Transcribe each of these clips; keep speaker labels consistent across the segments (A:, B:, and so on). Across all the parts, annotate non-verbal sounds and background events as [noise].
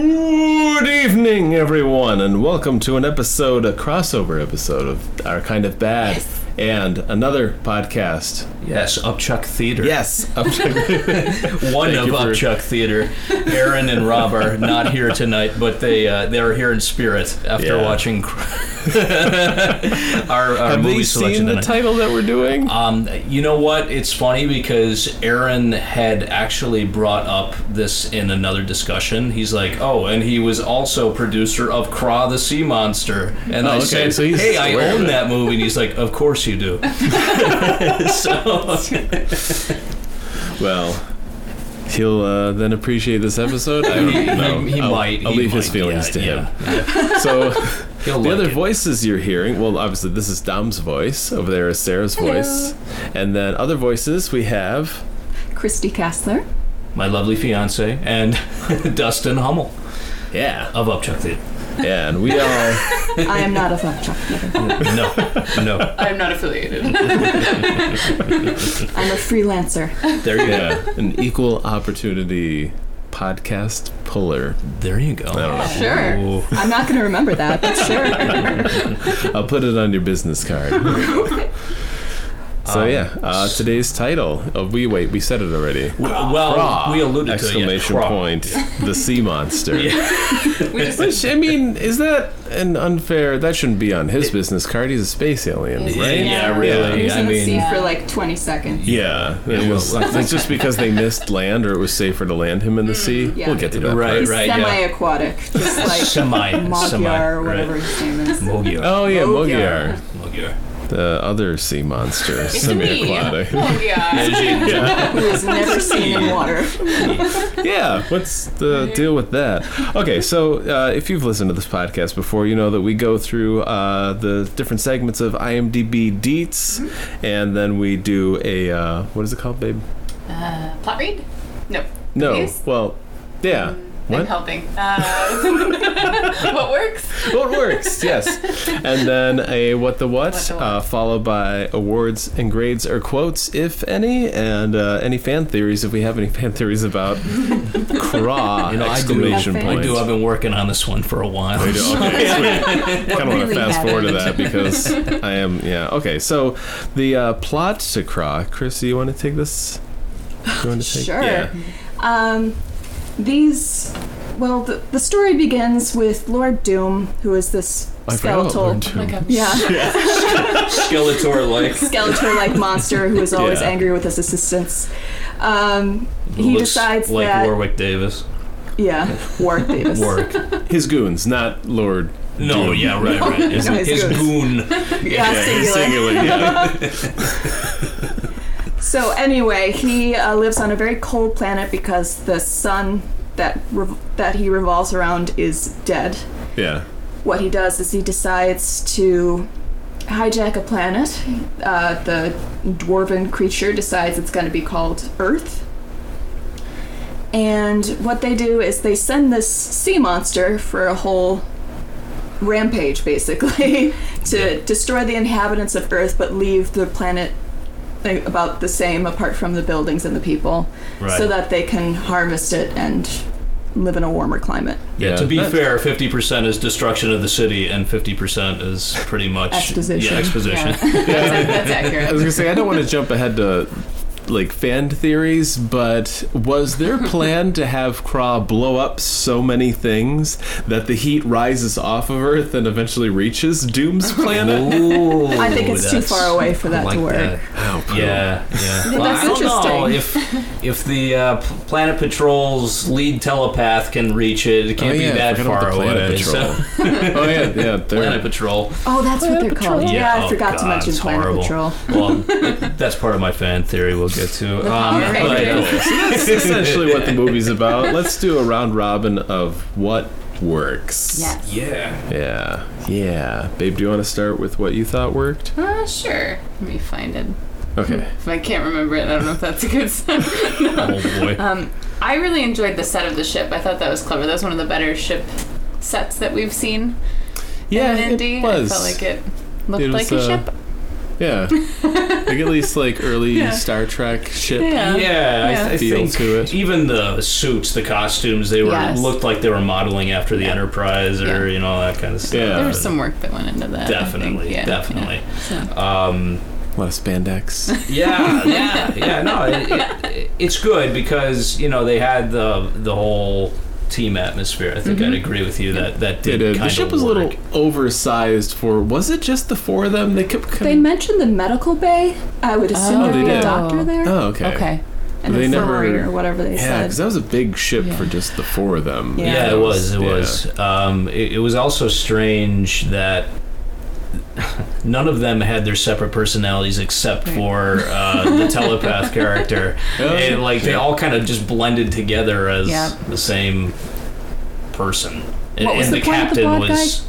A: Good evening, everyone, and welcome to an episode, a crossover episode of Our Kind of Bad and another podcast.
B: Yes, Upchuck Theater.
A: [laughs] Yes,
B: one
A: Thank
B: of
A: you for-
B: Upchuck Theater. Aaron and Rob
A: [laughs]
B: are not here tonight, but they uh, they are here in spirit after
A: Yeah.
B: watching [laughs] our, our
A: have
B: movie
A: they
B: selection
A: seen the
B: tonight.
A: title that we're doing?
B: Um, you know what? It's funny because Aaron had actually brought up this in another discussion. He's like, "Oh, and he was also producer of Craw the Sea Monster." And
A: Oh,
B: I
A: okay,
B: said,
A: so he's
B: "Hey, I
A: aware of
B: own
A: it.
B: that movie." And he's like, "Of course you do." [laughs]
A: [laughs]
B: so
A: Well, he'll uh, then appreciate this episode. I
B: He-
A: don't
B: he-
A: know.
B: he
A: I'll,
B: might-
A: I'll
B: he
A: leave his
B: might,
A: feelings to
B: yeah,
A: him.
B: [laughs]
A: So.
B: he'll
A: The
B: like
A: other
B: it.
A: voices you're hearing, well, obviously this is Dom's voice. Over there is Sarah's voice, and then other voices we have.
C: Christy Kassler.
B: my lovely fiance, and [laughs] Dustin Hummel
A: Yeah,
B: of Upchuck Theater.
A: yeah, and we [laughs] all.
C: I am not a fuck truck driver.
B: No, no,
D: I'm not affiliated.
C: I'm a freelancer.
B: there you go.
A: Yeah, an equal opportunity podcast puller.
B: There you go.
A: don't know.
D: Sure.
B: Ooh.
C: I'm not going to remember that, but sure.
A: I'll put it on your business card. so
B: Um,
A: yeah, uh, today's title. Oh, we wait. We said it already.
B: W- Well,
A: Craw!
B: we alluded to it. yeah,
A: exclamation
B: craw.
A: point. The sea
B: [laughs]
A: monster.
D: We
A: [laughs]
D: just
A: Which I mean, is that an unfair? That shouldn't be on his business card. He's a space alien,
B: Yeah,
A: right?
B: yeah,
C: He
B: really. [laughs]
C: was
B: I
C: in the sea
B: mean,
C: for like 20 seconds.
A: Yeah, it
B: Yeah,
A: was,
B: well,
A: it's just because they missed land, or it was safer to land him in the sea.
C: yeah.
A: We'll get to that. part.
B: Right,
C: He's
B: Uh, right, yeah.
C: semi-aquatic,
B: [laughs]
C: just like [laughs]
B: semi, semi,
C: Magyar or whatever
B: Right.
C: his
B: [laughs]
C: name is.
B: Mogyar.
A: Oh yeah,
C: Mogyar.
A: Mogyar,
C: [laughs]
B: Mogyar.
A: the other sea monster,
D: It's me.
A: semi-aquatic.
D: Oh yeah.
B: Yeah.
C: Who is never seen in water.
A: yeah, what's the deal with that? Okay, so uh, if you've listened to this podcast before, you know that we go through uh, the different segments of IMDb deets,
D: Mm-hmm.
A: and then we do a uh, what is it called, babe?
D: Uh, plot read? No.
A: No,
D: Reviews?
A: well, yeah.
D: I'm
A: What?
D: helping. Uh, [laughs] what works?
A: What works? Yes, and then a what the what,
D: What the what.
A: Uh, followed by awards and grades or quotes, if any, and uh, any fan theories if we have any fan theories
D: [laughs]
A: about craw
B: You know, I do-
A: exclamation
C: I
A: point.
B: I do. I've been working on this one for a while.
A: We do. Okay,
B: [laughs]
A: sweet. kind of want to
C: really
A: fast forward to that
C: happened?
A: because I am. Yeah. Okay. So the uh, plot to Craw, Chris, you want to take this? You want to take?
C: Sure.
A: Yeah.
C: Um, these, well, the, the story begins with Lord Doom, who is this
A: I forgot about
C: skeletal.
A: Lord Doom.
C: [laughs] Yeah.
B: Skeletor like.
C: Skeletor-like monster who is always
A: Yeah.
C: angry with his assistants. Um, [laughs] he
B: Looks
C: decides
B: like
C: that
B: Warwick
C: [laughs]
B: Davis.
C: yeah,
B: [laughs]
C: Warwick Davis.
B: Warwick.
A: His goons, not Lord.
B: No,
A: Doom.
B: yeah, right, right. His,
C: [laughs] No, he's
B: his
C: good.
B: goon.
C: [laughs] Yeah,
A: singular,
C: singular. [laughs]
A: yeah.
C: So anyway, he uh, lives on a very cold planet because the sun that rev- that he revolves around is dead.
A: yeah.
C: What he does is he decides to hijack a planet. Uh, the dwarven creature decides it's going to be called Earth. And what they do is they send this sea monster for a whole rampage, basically, [laughs] to destroy the inhabitants of Earth but leave the planet like, about the same apart from the buildings and the people
B: Right.
C: so that they can harvest it and live in a warmer climate.
B: Yeah,
A: Yeah.
B: to be
A: That-
B: fair, 50% is destruction of the city, and 50% is pretty much
C: Exposition.
B: Yeah, [laughs] exposition.
D: That's, that's
A: I
D: accurate.
A: was gonna say I don't want to jump ahead to like fan theories, but was their plan to have Craw blow up so many things that the heat rises off of Earth and eventually reaches Doom's planet?
B: [laughs] Ooh,
C: I think it's too
B: that's-
C: far away for
B: I
C: that to
B: like
C: work.
A: Oh, cool.
B: Yeah, yeah.
C: Well, that's
B: I don't know
C: interesting.
B: if if the uh, P- Planet Patrol's lead telepath can reach it. It
A: Oh,
B: can't
A: yeah,
B: be
A: I
B: that
A: forgot about
B: far
A: the Planet
B: away. [laughs]
A: Patrol.
B: So,
A: oh yeah, yeah. they're-
B: Planet Patrol.
C: Oh, that's what they're called. Yeah,
B: oh
C: I forgot to
B: God,
C: mention
B: it's
C: Planet
B: horrible.
C: Patrol.
B: [laughs] Well, that's part of my fan theory. We'll get to.
C: [laughs]
B: Um,
D: power
B: but-
D: rangers.
A: That's essentially what the movie's about. Let's do a round robin of what works.
C: [laughs]
D: Yes.
B: yeah.
A: Yeah. Yeah. Babe, do you want to start with what you thought worked?
D: Uh, sure. Let me find it.
A: Okay.
D: If I can't remember it, I don't know if that's a good sign.
B: Oh boy.
D: Um, I really enjoyed the set of the ship. I thought that was clever. That was one of the better ship sets that we've seen
A: Yeah,
D: in Indy.
A: it was.
D: I felt like it looked
A: It was,
D: like a
A: uh,
D: ship. [laughs]
A: Yeah. like at least like early
C: Yeah.
A: Star Trek ship.
D: Yeah.
B: Yeah, I, I
A: Feel
B: think
A: to it.
B: even the suits, the costumes, they were
D: Yes.
B: looked like they were modeling after the Enterprise or
D: Yeah.
B: you know that kind of stuff.
A: Yeah.
D: There was some work that went into that. I think.
B: definitely,
D: Yeah,
B: definitely.
D: yeah. So-
B: Um,
A: A lot of [laughs] spandex.
B: yeah, yeah, yeah. No, it, it, it's good because you know they had the the whole team atmosphere. I think I'd
D: Mm-hmm.
B: agree with you that that
A: It
B: did.
A: did.
B: Kind
A: The
B: of
A: ship was a
B: work.
A: little oversized for. Was it just the four of them? They kept.
C: They
A: coming
C: mentioned the medical bay. I would assume
D: Oh,
C: there'd
A: they
C: be
A: did.
C: a doctor there
A: oh, okay.
D: Okay.
C: and
A: They
C: a
A: never-
C: Ferrari or whatever they
A: Yeah, because
C: said.
A: that was a big ship
D: Yeah.
A: for just the four of them.
C: Yeah.
B: Yeah, it was. It
A: Yeah.
B: was. Um, it, it was also strange that [laughs] none of them had their separate personalities except for uh,
D: [laughs]
B: the telepath character.
A: Oh,
B: And, like they
A: yeah.
B: all kind of just blended together as
D: Yeah.
B: the same person. And,
D: What was
B: and
D: the point of the blonde
B: was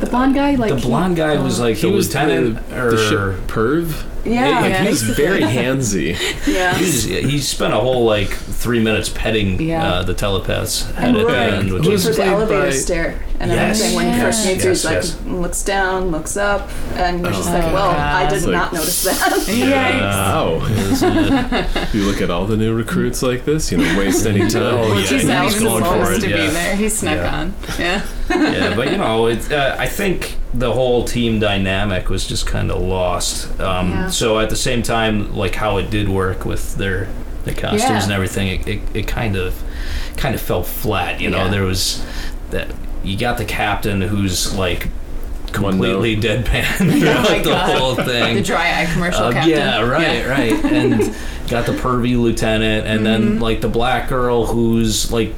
D: The blonde guy, like
B: the blonde guy was like
A: He
B: the
A: was
B: lieutenant
A: the,
B: or
A: the ship perv.
C: yeah,
A: like,
D: yeah.
A: he was very handsy.
C: yeah.
B: He, was- he spent a whole like three minutes petting
D: Yeah.
B: uh, the telepaths head
C: And
B: at the end, which
C: Rourke
A: Who
C: came
A: was
B: was
C: for the
A: played
C: elevator
A: by-
C: stair and
B: Yes,
C: everything when he
D: yes,
C: first meets her.
B: yes,
C: He's like,
B: yes.
C: looks down, looks up, and you're just
A: Oh,
C: like,
A: God.
C: well, I did
A: It's like-
C: not
A: [laughs]
C: notice that.
A: Uh,
B: Uh,
D: Yeah.
A: Wow. [laughs] you look at all the new recruits like this, you don't waste
B: [laughs]
A: any time.
B: Oh,
D: Which
B: yeah,
D: he's
B: he
D: not
B: was
D: even
B: going for
D: supposed
B: it,
D: to be
B: yeah.
D: there. He snuck
B: Yeah.
D: on. Yeah.
B: yeah, but you know, it, uh, I think the whole team dynamic was just kind of lost. Um,
D: Yeah.
B: So at the same time, like how it did work with their the costumes
D: Yeah.
B: and everything, it, it, it kind of kind of fell flat. You know,
D: Yeah.
B: there was that you got the captain who's like
A: One note.
B: completely deadpan [laughs] throughout
D: Oh my
B: the
D: God. [laughs]
B: whole
D: The
B: thing.
D: dry eye commercial
B: Uh,
D: captain.
B: yeah, right, right.
D: [laughs]
B: And got the pervy lieutenant, and
D: Mm-hmm.
B: then like the black girl who's like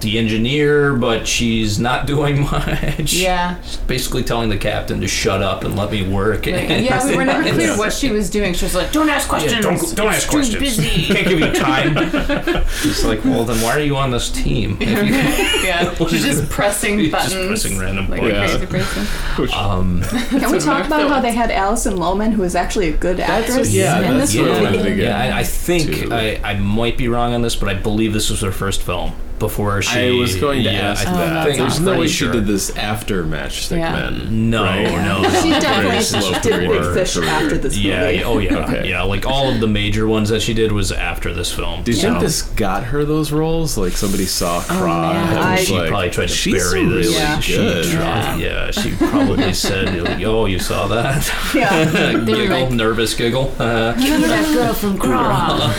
B: the engineer, but she's not [laughs] doing much.
D: Yeah.
B: She's basically telling the captain to shut up and let me work. [laughs] And-
D: Yeah, we were never clear what she was doing. She was like, "Don't ask
B: Yeah,
D: questions.
B: don't, don't ask
D: It's too
B: questions. [laughs]
D: busy."
B: Can't give you time. [laughs] It's like, well, then why are you on this
D: [laughs]
B: team? If you-
D: yeah, she's just
B: [laughs]
D: pressing
B: Just
D: buttons.
B: pressing random
D: like
A: buttons.
D: a crazy person.
B: um,
C: Can we talk about how
D: That's-
C: they had Alison Lohman, who is actually a good actress
A: yeah,
C: in
A: that's
C: this
A: what I
C: movie?
A: wanted to get
B: yeah, I, I think
A: to.
B: I, I might be wrong on this, but I believe this was her first film before she.
A: I was going to
B: yeah,
A: ask
B: I
A: that.
B: think-
A: There's
B: I'm
A: no way
B: pretty
A: she
B: sure.
A: did this after Matchstick
D: Yeah.
A: Men.
B: No,
A: Right.
B: no, no.
C: She
A: Very
C: definitely
A: slow
C: did
A: career.
C: Big Fish after this movie.
B: Yeah, yeah, oh yeah,
A: [laughs] Okay.
B: yeah. Like all of the major ones that she did was after this film.
A: Do you think
B: So-
A: this got her those roles? Like somebody saw Craw
D: Oh, man.
A: and was
C: I-
B: she
A: like,
B: probably tried to
A: she's
B: bury this.
A: really
C: Yeah.
B: She
A: good.
B: tried. Yeah,
A: [laughs]
B: she probably said, like, "Oh, you saw that?" [laughs]
C: yeah.
B: giggle,
D: like-
B: nervous giggle. Uh,
D: Remember that girl from Craw?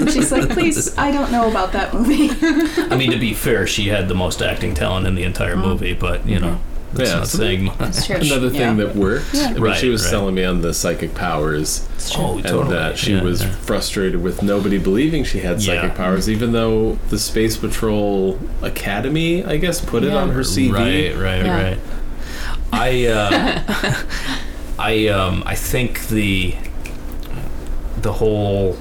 C: And she's like, please, I don't know about that movie.
B: I mean, to be fair, she had the most acting talent in the entire
C: Mm.
B: movie, but you know, that's
A: Yeah,
B: not
A: so-
B: saying much.
D: That's true.
A: Another thing
D: Yeah.
A: that worked. I mean,
B: Right,
A: she was
B: right.
A: selling me on the psychic powers.
B: Oh,
A: and
B: totally.
A: that she
B: yeah,
A: was
B: yeah.
A: frustrated with nobody believing she had psychic
B: Yeah.
A: powers, even though the Space Patrol Academy, I guess, put it
D: Yeah.
A: on her CV.
B: Right, right,
D: Yeah.
B: right. I, uh,
A: [laughs]
B: I, um, I think the the whole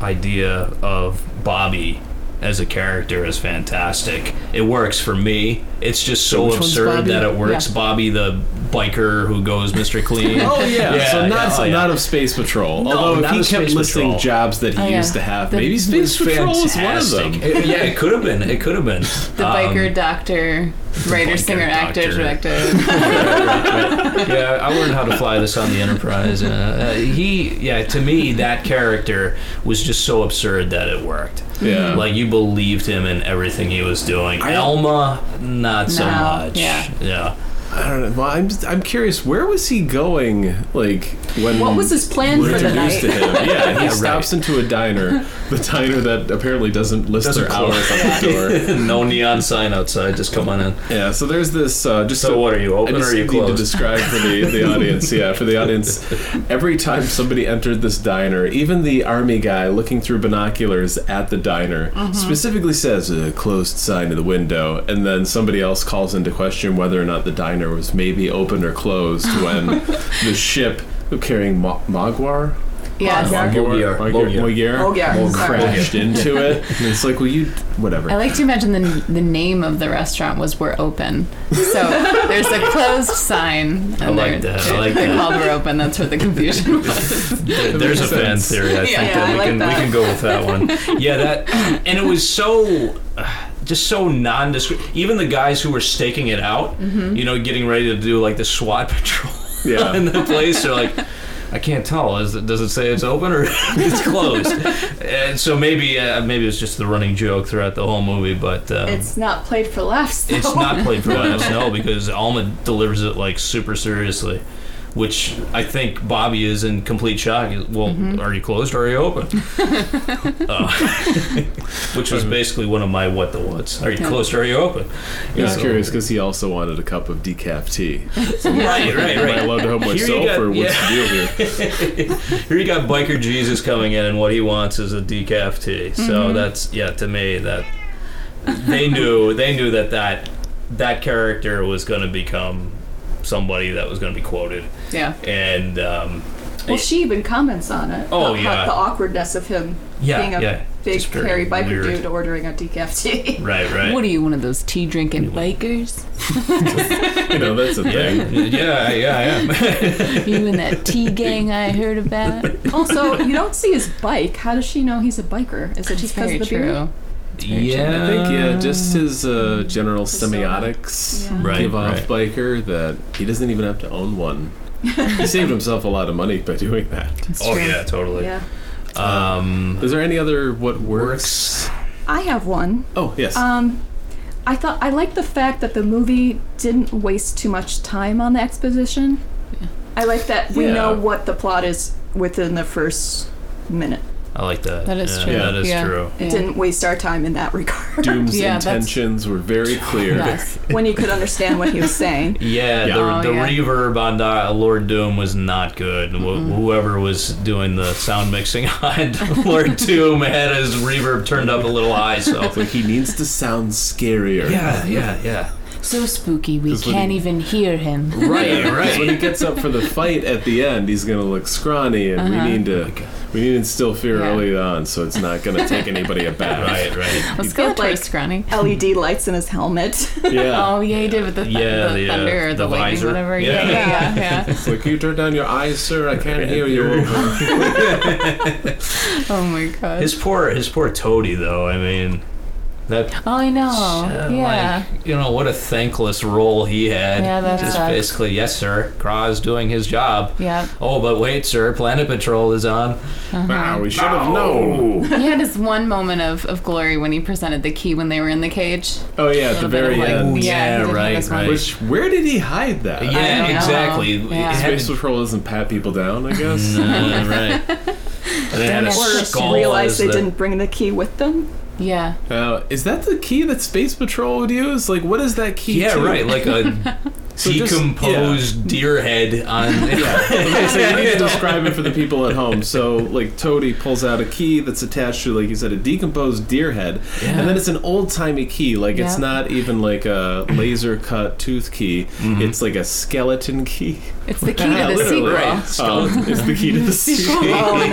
B: idea of Bobby as a character is fantastic. It works for me. It's just so
A: Which one's
B: absurd
A: Bobby?
B: that it works.
D: Yeah.
B: Bobby the biker who goes Mr.
A: [laughs]
B: Clean.
A: Oh yeah.
B: [laughs] Yeah,
A: so not
B: yeah, oh, yeah.
A: not of Space Patrol. Although if
B: not
A: he
B: of
A: kept
B: Space
A: listing
B: Patrol.
A: jobs that he
D: Oh, yeah.
A: used to have,
D: That
A: maybe
B: It
A: Space
B: was
A: Patrol was one of
B: fantastic.
A: them.
B: It- yeah, it could have been. It could have been.
D: The
B: Um,
D: biker doctor, writer,
B: biker
D: singer, actor,
B: doctor.
D: director.
B: yeah, I learned how to fly this on the Enterprise. Uh, uh, he, yeah, to me, that character was just so absurd that it worked.
A: Yeah.
B: Like, you believed him in everything he was doing. Elma, not so
D: No,
B: much.
D: yeah.
B: Yeah.
A: I don't know. Well, I'm I'm curious. Where was he going? Like when?
C: What was his plan
A: we're
C: for the
A: introduced to
C: night?
A: him? Yeah, he
B: [laughs] Yeah,
A: stops into a diner, the diner that apparently doesn't list
B: Doesn't
A: their hours on the
B: [laughs]
A: door.
B: [laughs] no neon sign outside. Just come on in.
A: Yeah, so there's this. Uh, just
B: So
A: to-
B: what are you, open
A: I
B: or
A: just
B: are you
A: need to
B: closed?
A: describe for the, the audience. Yeah, for the audience, every time somebody entered this diner, even the army guy looking through binoculars at the diner
B: Mm-hmm.
A: specifically says a closed sign in the window, and then somebody else calls into question whether or not the diner was maybe open or closed
B: [laughs]
A: when the ship carrying Mo- Mogwar
D: Yeah.
C: Mogwar.
B: Mogier.
A: Mogier
C: Mogier,
A: Mogier
C: sorry.
A: crashed
B: [laughs]
A: into it, and it's like, well, you whatever.
D: I like to imagine the, the name of the restaurant was We're Open. So there's a closed sign. And
B: I like
D: they're-
B: that. I
D: [laughs]
B: like
D: They're
B: that.
D: called We're Open. That's where the
B: [laughs]
D: confusion was.
B: There's a
A: makes
B: fan
A: sense.
B: theory. I
D: Yeah,
B: think
D: yeah,
B: that
C: I
B: we
C: like
B: can
C: that.
B: we can go with that
C: [laughs]
B: one. Yeah, that and it was so uh, just so nondescript. Even the guys who were
C: Mm-hmm.
B: staking it out, you know, getting ready to do like the SWAT patrol [laughs]
A: Yeah.
B: in the place, are like, I can't tell. Is it, does it say it's open or [laughs] it's
C: [laughs]
B: closed? and so maybe uh, maybe it's just the running joke throughout the whole movie, but um,
C: It's not played for laughs. Though.
B: it's not played for laughs, no, because Alma delivers it like super seriously, which I think Bobby is in complete shock. He- Well, are you closed or are you open? uh, [laughs] which was basically one of my what the whats. Are you
D: Yeah.
B: closed or are you open?
A: He was
B: So-
A: curious because he also wanted a cup of decaf tea.
B: Right, right,
A: Am I [laughs]
B: right.
A: allowed to help
B: Here you
A: myself,
B: got-
A: or what's
B: yeah.
A: the deal here?
B: [laughs] Here you got biker Jesus coming in, and what he wants is a decaf tea. So that's yeah, to me that they knew they knew that that that character was going to become somebody that was going to be quoted,
D: Yeah.
B: and um,
C: Well, she even comments on it.
B: Oh,
C: about how-
B: yeah.
C: the awkwardness of him
B: Yeah,
C: being a
B: yeah.
C: big
B: Just very
C: hairy biker
B: weird.
C: dude ordering a decaf tea.
B: right, right.
D: What are you, one of those tea drinking bikers?
A: You know, that's a
B: yeah,
A: thing.
B: yeah, yeah, I am.
D: You in that [laughs] tea gang I heard about?
C: [laughs] also, you don't see his bike. How does she know he's a biker? Is it
D: It's
C: just because
D: very
C: of the
D: true.
C: beard?
A: I think yeah, just his uh, general semiotics
C: Yeah.
B: Right,
A: give off
B: right.
A: biker that he doesn't even have to own one. he saved himself a lot of money by doing that.
D: It's
B: Oh
D: true.
B: yeah, totally.
C: Yeah.
B: Um,
A: Is there any other what works?
C: I have one.
A: Oh yes,
C: Um, I thought I liked the fact that the movie didn't waste too much time on the exposition. I like that we
A: Yeah.
C: know what the plot is within the first minute.
B: I like that.
D: That is
B: yeah,
D: true.
B: That is
D: Yeah.
B: true.
C: It
D: Yeah.
C: didn't waste our time in that regard.
A: Doom's
D: yeah, that's-
A: intentions were very clear.
D: Yes.
C: [laughs] when you could understand what he was saying.
B: [laughs] Yeah,
A: Yeah.
D: Oh,
B: the, the
D: yeah.
B: reverb on uh, Lord Doom was not good. Wh- Whoever was doing the sound mixing [laughs] on Lord Doom had his reverb turned up a little high. So
A: Like he needs to sound scarier.
B: yeah, yeah, yeah.
D: So spooky, we
A: Just when
D: can't
A: he-
D: even hear him.
B: [laughs]
A: Right,
B: Yeah, right.
A: Because When he gets up for the fight at the end, he's gonna look scrawny, and we need to we need to instill fear
D: Yeah.
A: early on, so it's not gonna take anybody aback.
B: Right, right.
D: Let's go
C: Like-
D: to a scrawny.
C: LED E lights in his helmet.
A: Yeah.
D: [laughs] Oh yeah, he did with the, th-
B: Yeah,
D: the
B: the, uh,
D: thunder or the,
B: the
D: lightning,
B: visor.
D: whatever.
B: Yeah.
D: Yeah, yeah,
B: [laughs]
D: yeah.
A: It's like, can you turn down your eyes, sir? I can't hear you.
D: Oh my god.
B: His poor, his poor Toady though. I mean, that.
D: oh, I know.
B: uh,
D: yeah.
B: Like, you know what a thankless role he had.
D: Yeah, that
B: Just
D: sucks.
B: basically, yes, sir. Kraw's doing his job.
D: yeah.
B: Oh, but wait, sir. Planet Patrol is on.
A: [laughs] Wow, we should have known.
D: He had his one moment of, of glory when he presented the key when they were in the cage.
A: Oh yeah, at the
D: Little bit
A: very
D: of, like,
A: end.
B: Ooh, uh, yeah,
D: he did have
B: right,
D: this one.
B: right.
A: Which where did he hide that?
D: don't know.
B: Yeah, exactly.
D: Yeah.
A: [laughs]
B: It had
A: Space
B: to-
A: Patrol doesn't pat people down, I guess.
B: Uh, right. [laughs] And it had a
D: Or just
B: skull.
C: Realized
B: as
C: they
B: the-
C: didn't bring the key with them.
D: Yeah.
A: Uh, is that the key that Space Patrol would use? Like, what is that key?
B: Yeah,
A: to?
B: right.
A: [laughs]
B: Like a
A: So just-
B: decomposed deer head on.
A: [laughs] Yeah. so you need to describe it for the people at home. So, like, Toady pulls out a key that's attached to, like you said, a decomposed deer head, and then it's an old timey key. Like, it's
D: Yeah.
A: not even like a laser cut tooth key. It's like a skeleton key.
B: [laughs]
D: It's the key
A: Yeah,
D: to the
A: literally.
D: sequel.
B: Right.
A: Um, it's the key to the sequel.
C: Oh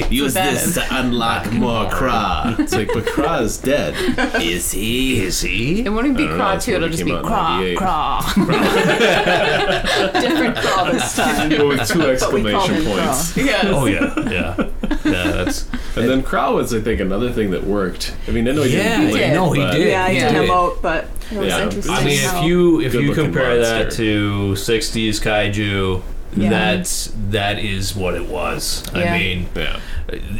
A: [laughs]
C: no.
A: Use
D: That is-
A: to unlock more Kra. It's like, but Kra is [laughs] dead.
B: [laughs] is he? Is he?
D: It won't be
A: don't know,
D: craw
A: that's
D: too,
A: when
D: it'll
A: it
D: just be
A: came out
D: craw,
A: in [laughs]
D: craw. [laughs]
C: Different call this time.
A: But with two
C: But we called
A: exclamation
C: him
A: points.
C: Craw.
D: yes.
B: Oh yeah, yeah, yeah. That's
A: And then Kra was, I think, another thing that worked. I mean, I know he
B: yeah.
A: didn't
D: he
A: do it,
D: did. Oh,
B: No, he
A: but-
B: did.
C: Yeah, I
B: he
D: Yeah.
C: didn't
B: did.
C: emote, but it was
A: Yeah.
C: interesting.
B: I mean,
C: how-
B: if you if you
A: Good-looking
B: compare that
A: monster.
B: to '60s kaiju,
D: Yeah.
B: that's that is what it was.
D: Yeah.
B: I mean,
A: Yeah.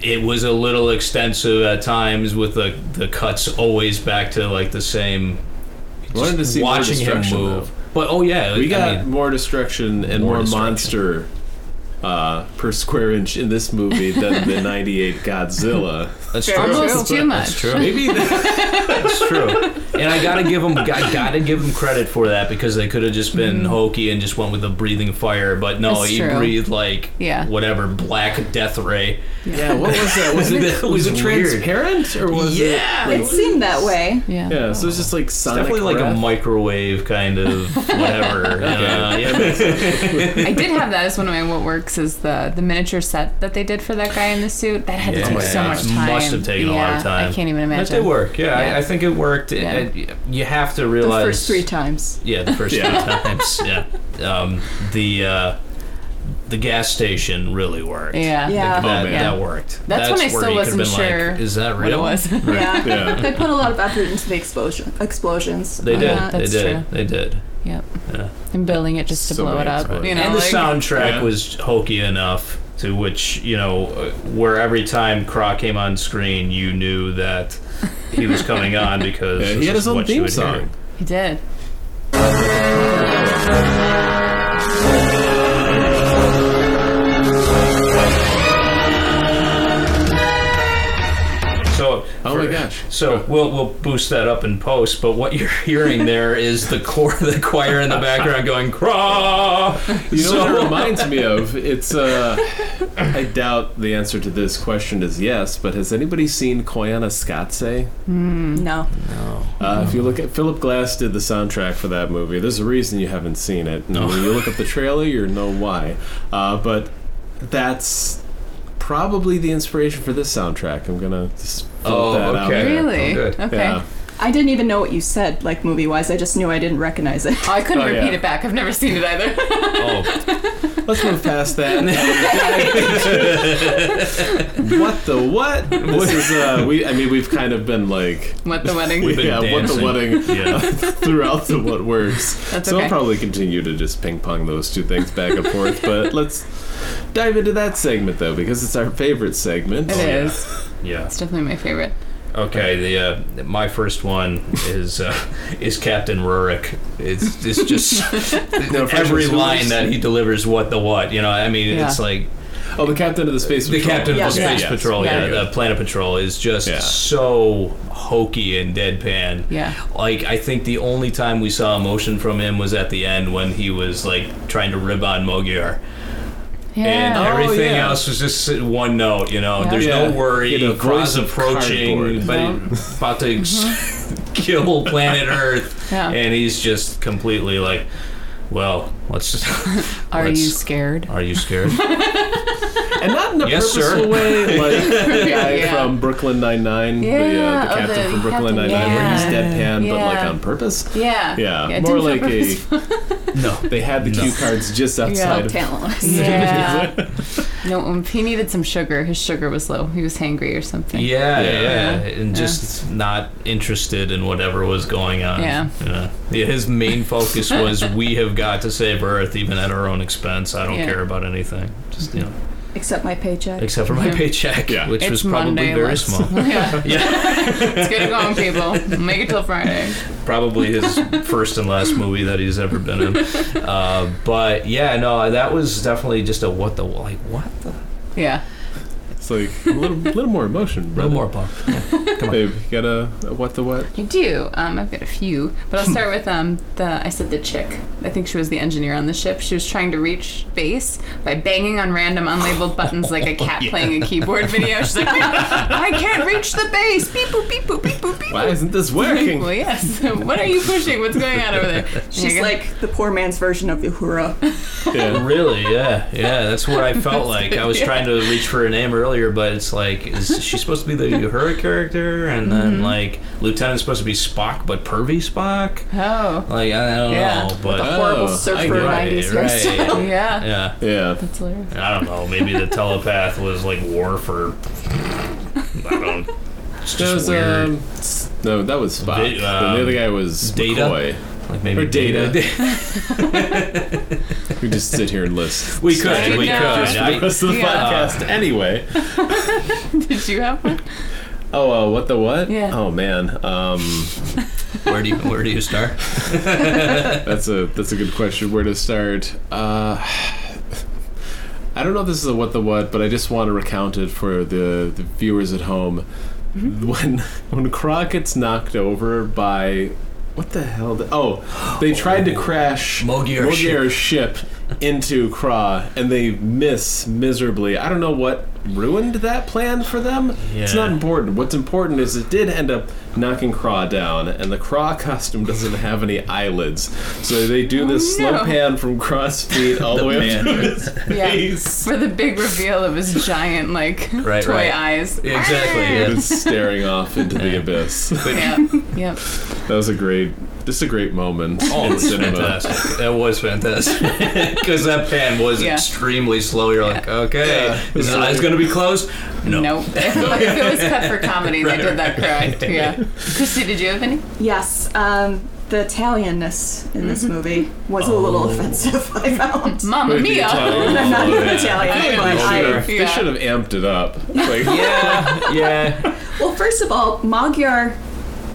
B: it was a little extensive at times with the the cuts always back to like the same
A: Wanted to see more
B: watching him
A: destruction,
B: move
A: though.
B: but oh yeah
A: We got
B: I mean,
A: more destruction and
B: more
A: more,
B: destruction.
A: monster uh, per square inch in this movie than the 98 Godzilla.
B: that's
C: Fair.
B: true
D: Almost too much.
B: that's true
A: Maybe that,
B: that's true and I gotta give him I gotta give him credit for that because they could have just been hokey and just went with the breathing fire but no
D: Mm-hmm. That's
B: he
D: true.
B: breathed like
D: Yeah.
B: whatever black death ray
A: yeah, what was that?
B: [laughs]
A: Was [laughs] it,
B: That
A: was
B: was
A: it
B: weird.
A: transparent or was it?
B: yeah
C: it seemed that way.
D: Yeah.
A: Yeah, so it's just like sonic.
B: definitely like a
A: breath.
B: microwave kind of
A: [laughs]
B: whatever uh, yeah.
D: I did have that as one of my what works is the the miniature set that they did for that guy in the suit. That had
B: Yeah.
D: to
B: Oh
D: take
B: my
D: so
B: God.
D: much
B: Must
D: time.
B: have taken a lot of
D: Yeah,
B: time.
D: I can't even
B: That
D: imagine.
B: did work. Yeah,
D: Yeah.
B: I, I think it worked. It-
D: Yeah.
B: it- you have to
C: The
B: realize
C: first three times.
B: Yeah, the first
A: Yeah.
B: three times. Yeah, um, the uh, the gas station really worked.
D: Yeah.
C: Yeah.
A: Oh,
B: That,
A: man.
B: that worked.
D: That's when
B: where
D: I
B: you
D: still
B: could've
D: wasn't
B: been
D: sure
B: Like, Is that
D: What it
B: real?
D: [laughs] was.
C: Yeah.
A: Yeah.
C: They put a lot of effort into the explosion explosions.
B: They did.
D: Yeah,
B: they
D: that's
B: did.
D: true.
B: They did.
D: yep.
B: Yeah.
D: and building it just to
A: So
D: blow it
A: many
D: up.
A: explosions.
D: You know,
B: and the
D: like,
B: soundtrack
A: Yeah.
B: was hokey enough to which you know uh, where every time Croc came on screen you knew that he was coming
A: [laughs]
B: on because
A: Yeah,
B: this
A: Uh, he had
B: is
A: his own
B: what you
A: theme
B: would hear.
A: song.
D: he did.
B: So
A: Oh my gosh.
B: So we'll we'll boost that up in post, but what you're [laughs] hearing there is the core the choir in the background going craw.
A: You know what
B: So-
A: it reminds me of? It's uh
B: [laughs]
A: I doubt the answer to this question is yes, but has anybody seen Koyana Skatse?
D: Hmm.
C: No.
A: Uh, if you look at Philip Glass did the soundtrack for that movie. There's a reason you haven't seen it. And when you look up the trailer, you know why. Uh, but that's probably the inspiration for this soundtrack. I'm gonna just float
B: Oh,
A: that out
B: okay.
A: there.
D: Really?
B: Oh, good.
D: Okay.
A: Yeah.
C: I didn't even know what you said, like movie wise. I just knew I didn't recognize it.
D: Oh, I couldn't
A: Oh,
D: repeat
A: yeah.
D: it back. I've never seen
A: [laughs]
D: it either.
B: Oh,
A: Let's move past that. [laughs] what the what? This is uh, we. I mean, we've kind of been like
D: what the wedding?
B: We've been
A: yeah,
B: dancing.
A: what the wedding
B: [laughs] yeah.
A: throughout the what works.
D: That's
A: so
D: okay.
A: I'll probably continue to just ping pong those two things back and forth. But let's dive into that segment though, because it's our favorite segment.
D: It is.
B: Yeah.
D: It's definitely my favorite.
B: Okay, the uh, my first one is uh, is Captain Rurik. It's
A: [laughs]
B: it's just
A: No, French
B: every
A: is who
B: line
A: is-
B: that he delivers what the what, you know, I mean it's
D: Yeah.
B: like
A: Oh, the captain of the space.
B: the
A: Patrol.
B: captain
C: Yeah.
B: of the space
A: Yeah.
B: patrol,
D: Yeah.
B: yeah, the planet patrol is just
A: Yeah.
B: so hokey and deadpan.
D: Yeah.
B: like I think the only time we saw emotion from him was at the end when he was like trying to rib on Mogiar, and
D: Yeah.
A: Oh,
B: everything
A: yeah.
B: else was just one note. You know,
D: Yeah.
B: there's
A: Yeah.
B: no worry.
A: You know, voice
B: Groz
A: of
B: approaching,
A: cardboard.
B: but about to [laughs] kill
D: [laughs]
B: planet Earth,
D: Mm-hmm. Yeah.
B: and he's just completely like, well, let's just. [laughs]
D: Are
B: let's-
D: you scared?
B: Are you scared?
A: and not in a
B: Yes, sir.
A: purposeful way, like the guy
D: [laughs] Yeah.
A: from Brooklyn Nine Nine, the, uh,
D: Yeah,
A: the
D: oh,
A: captain
D: the
A: from Brooklyn Nine
D: captain,
A: Nine, where he's
D: yeah.
A: deadpan but like
D: Yeah.
A: on purpose.
D: Yeah.
A: Yeah,
D: it
A: more
D: didn't
A: like
D: feel
A: a. [laughs]
B: [laughs] no.
A: They had the cue cards just outside. of
C: talentless.
D: Yeah. no, um, he needed some sugar. His sugar was low. He was hangry or something.
B: Yeah,
A: Yeah.
B: yeah, and just not interested in whatever was going on.
D: Yeah.
B: Yeah. Yeah, His main
D: [laughs]
B: focus was we have got to save Earth, even at our own expense. I don't
D: Yeah.
B: care about anything, just you know,
C: Except my paycheck.
B: except for my
D: Yeah.
B: paycheck,
A: Yeah.
B: which
D: It's
B: was probably
D: Monday.
B: very
D: let's-
B: small.
D: [laughs] yeah.
B: [laughs] yeah,
D: It's good going, people. Make it till Friday.
B: probably his first and last movie that he's ever been
D: [laughs]
B: in. Uh, but yeah, no, that was definitely just a what the like what the
D: Yeah.
A: [laughs] It's like a little, little more emotion,
B: no
A: brother.
B: more punk. Come on.
A: Babe, you got a, a what the what?
D: I do. Um, I've got a few, but I'll start with um, the I said the chick. I think she was the engineer on the ship. She was trying to reach base by banging on random unlabeled
B: [laughs]
D: buttons like a cat playing a keyboard video. She's like, I can't reach the base. Beep boop beep boop beep boop beep.
A: Why
D: boop."
A: isn't
D: [laughs]
A: this working?
D: Well, yes. [laughs] what are you pushing? What's going on
B: [laughs]
D: over there?
C: She's
D: Yeah.
C: like the poor man's version of Uhura.
A: Yeah.
B: Really? Yeah, yeah. That's what I felt like. I was trying to reach for a name earlier, but it's like, is she supposed to be the Uhura character? And then like Lieutenant's supposed to be Spock, but pervy Spock.
D: oh,
B: Like I don't
D: Yeah.
B: know, but
C: horrible
A: I
C: surfer
A: get it.
C: guy.
B: right,
C: 90s
B: [laughs] right.
D: "Oh, yeah.
B: yeah.
A: Yeah.
D: That's hilarious.
B: I don't know. Maybe the telepath was like Worf or I don't. It's
A: That
B: just
A: was,
B: weird.
A: um, s- no, that was Spock.
B: Da-
A: the
B: um,
A: other guy was
B: Data?
A: McCoy.
B: like maybe
A: or data. We just sit here and list.
B: [laughs] We could.
D: Sorry,
B: We could.
D: no.
A: the
B: I,
A: rest of the
D: Yeah.
A: podcast anyway.
D: Did you have one?
A: Oh, uh, what the what?
D: Yeah.
A: Oh man, um,
B: where do you Where do you start?
A: that's a that's a good question. Where to start? Uh, I don't know. if This is a what the what, but I just want to recount it for the, the viewers at home. When when Croc gets knocked over by what the hell? the- oh, they tried to crash
B: Mogiar's
A: Mogiar's ship. into Craw, and they miss miserably. I don't know what ruined that plan for them. It's
B: Yeah.
A: not important. What's important is it did end up knocking Craw down, and the Craw costume doesn't have any eyelids, so they do this
D: Oh, no.
A: slow pan from Craw's feet all the,
B: The
A: way
B: man.
A: up to his
D: [laughs] Yeah.
A: face.
D: For the big reveal of his giant like
B: [laughs] Right,
D: toy
B: right.
D: eyes.
B: Exactly. Yeah.
A: Just staring off into the abyss.
D: Yep. Yep.
A: That was a great, just a great moment
B: Oh, it
A: in
B: was
A: cinema.
B: fantastic. That was fantastic. [laughs] Because that pan was
D: Yeah.
B: extremely slow. You're like, okay,
A: Yeah.
B: is his eyes going to be closed? No.
D: Nope. [laughs]
B: [laughs]
D: if it was cut for comedy, they did that correct. Yeah. Christy, did you have any?
C: Yes. Um, the Italianness in this movie was a little
B: Oh.
C: offensive. I found.
D: Mamma
A: Wait, the
D: [laughs] mia.
A: Italian-
C: I'm not even
B: yeah.
C: Italian, but
A: Sure.
C: I,
A: They
D: Yeah.
A: should have amped it up.
D: [laughs]
A: Like,
B: [laughs] Yeah, yeah.
C: well, first of all, Magyar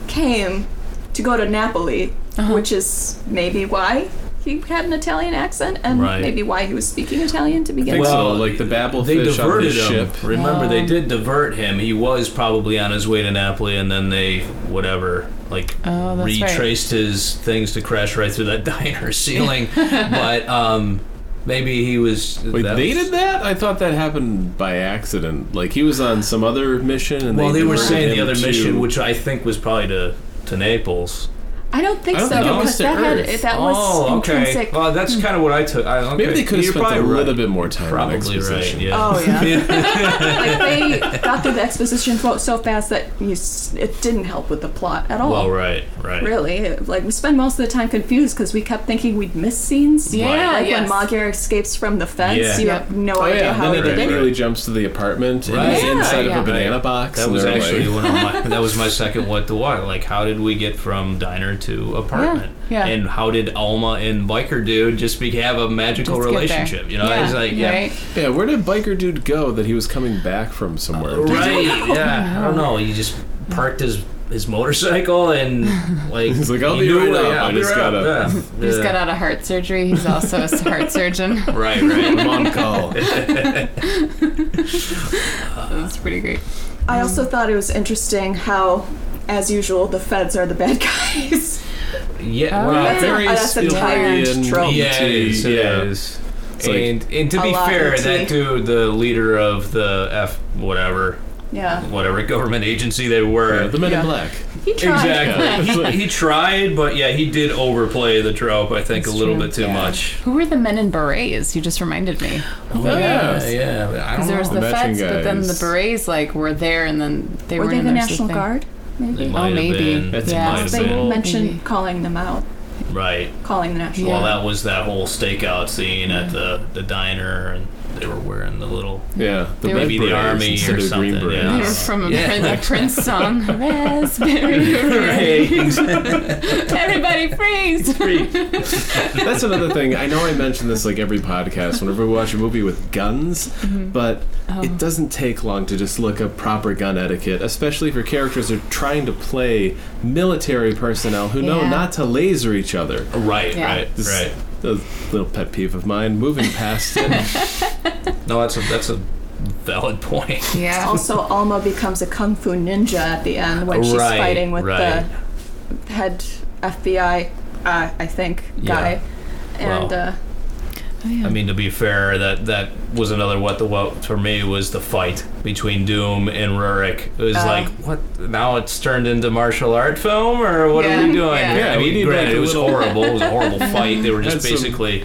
C: came to go to Napoli,
A: Uh-huh.
C: which is maybe why he had an Italian accent and
B: Right.
C: maybe why he was speaking Italian to
A: I
C: begin
A: think
C: with.
A: so, like the Babel
B: they
A: fish on
B: diverted
A: his
B: him.
A: ship.
B: Remember,
D: Um.
B: they did divert him. He was probably on his way to Napoli, and then they whatever like
D: Oh, that's right.
B: retraced his things to crash right through that [laughs] diner
D: [laughs]
B: ceiling. but um, maybe he was.
A: Wait,
B: that
A: they
B: was-
A: did that? I thought that happened by accident. Like he was on some other mission, and
B: Well, they, were
A: diverted
B: saying the
A: him
B: other
A: to-
B: mission, which I think was probably to to Naples.
D: I don't think
A: I don't
D: so
A: think it was
D: because
A: to
D: that had
A: Earth.
D: it, that was
B: oh, okay.
D: intrinsic. Hmm.
B: Well, that's kind of what I took. I, okay.
A: Maybe they could have
B: You're
A: spent a
B: probably
A: little
B: right.
A: bit more time. on
B: Probably right.
A: exposition.
B: Yeah.
C: Oh yeah, like they got through the exposition fo- so fast that you, s- it didn't help with the plot
D: Oh.
C: at all.
B: Well, right, right.
C: Really, like we spend most of the time confused because we kept thinking we'd miss scenes.
D: Yeah,
C: like
D: yes.
C: when Magyar escapes from the fence,
B: Yeah.
C: you
D: Yeah.
C: have no
A: Oh
C: idea
A: yeah,
C: how
A: then
C: he
A: it
C: did it.
B: Right.
A: immediately jumps to the apartment and
B: Right.
A: he's
B: Yeah,
A: inside of
D: yeah.
A: a banana
B: Right.
A: box.
B: That
A: and
B: was
A: they're
B: actually
A: like,
B: one
A: [laughs]
B: of my that was my second what to what. Like, how did we get from diner to apartment?
D: Yeah, yeah.
B: And how did Alma and Biker Dude just be, have a magical
D: Let's get there.
B: relationship? You know, it's like yeah,
D: Right?
A: yeah, where did biker dude go that he was coming back from somewhere? [laughs]
B: Right,
D: [laughs]
B: yeah. I don't know. He just parked his his motorcycle and like
A: [laughs] He's like, "I'll
B: he
A: be
B: knew,
A: right
B: like,
A: up.
B: yeah,
A: I
B: I'll be
A: just
B: right
A: gotta-
D: [laughs]
B: up. Yeah.
D: He just
B: Yeah.
D: got out of heart surgery. He's also a
B: [laughs]
D: heart surgeon. [laughs]
B: Right, right.
A: I'm on
B: [laughs]
A: call.
D: That's pretty great.
C: I also thought it was interesting how, as usual, the feds are the bad [laughs] guys.
B: Yeah,
D: Oh,
B: well,
D: yeah.
A: Very
C: Oh, that's a
A: Spielbergian
C: tired trope.
B: Yeah, Oh, it is. it
A: Yeah.
B: is.
A: It's like-
B: And, and to
C: A
B: be
C: lot
B: fair,
C: of tea.
B: that dude, the leader of the F whatever,
C: Yeah,
B: whatever government agency they were.
A: Yeah, the Men
D: Yeah.
A: in Black.
C: he tried.
A: [laughs]
B: Exactly.
A: Yeah.
B: he, he tried, but yeah, he did overplay the trope, I think,
D: That's
B: a little
D: true.
B: bit too
C: Yeah.
B: much.
D: Who were the men in berets? You just reminded me.
A: Oh, yeah.
B: yeah. but I
D: Because there was
A: know.
D: the
A: Matching
D: feds, but then the
A: guys.
D: berets like were there, and then they
C: Were
D: weren't
C: they
D: in
C: the
D: there, so
C: National
D: they-
C: Guard?
B: It
D: Oh,
B: might have
D: maybe.
B: been.
A: That's
D: yeah.
B: might have
C: They
B: been.
C: mentioned
D: Maybe.
C: calling them out,
B: Right.
C: calling the National
D: Yeah.
B: Well, that was that whole stakeout scene at the, the diner, and they were wearing the little.
A: Yeah, the
D: They were-
A: Red
B: Maybe the
A: Berets
B: army
A: instead
B: or
A: of Green
B: something,
A: Berets.
D: They
B: yeah.
D: were [laughs] from a
B: Yeah. [laughs]
D: Prin- the Prince song, Raspberry
B: [laughs]
D: Beret. Everybody freeze!
A: That's another thing. I know I mention this like every podcast whenever we watch a movie with guns,
C: Mm-hmm.
A: but
C: Oh.
A: it doesn't take long to just look up proper gun etiquette, especially if your characters are trying to play military personnel who know
D: Yeah.
A: not to laser each other.
B: Right,
D: Yeah.
B: right,
A: This-
B: right.
A: A little pet peeve of mine. Moving
C: [laughs]
A: past it.
B: No, that's a that's a valid point.
D: Yeah.
C: Also, Alma becomes a kung fu ninja at the end when she's
B: Right,
C: fighting with
B: right.
C: the head FBI, uh, I think, guy. And
B: Wow.
C: uh,
B: I mean, to be fair, that that was another what the what for me was the fight between Doom and Rurik. It was
C: Uh.
B: like what now? It's turned into martial art film, or what
D: Yeah,
B: are we doing?
D: yeah.
B: here?
A: Yeah,
B: I
A: we
B: mean,
A: need
B: granted,
A: like a
B: it was
A: little-
B: horrible. It was
A: [laughs]
B: a horrible fight. They were just
A: Had some- [laughs]
B: basically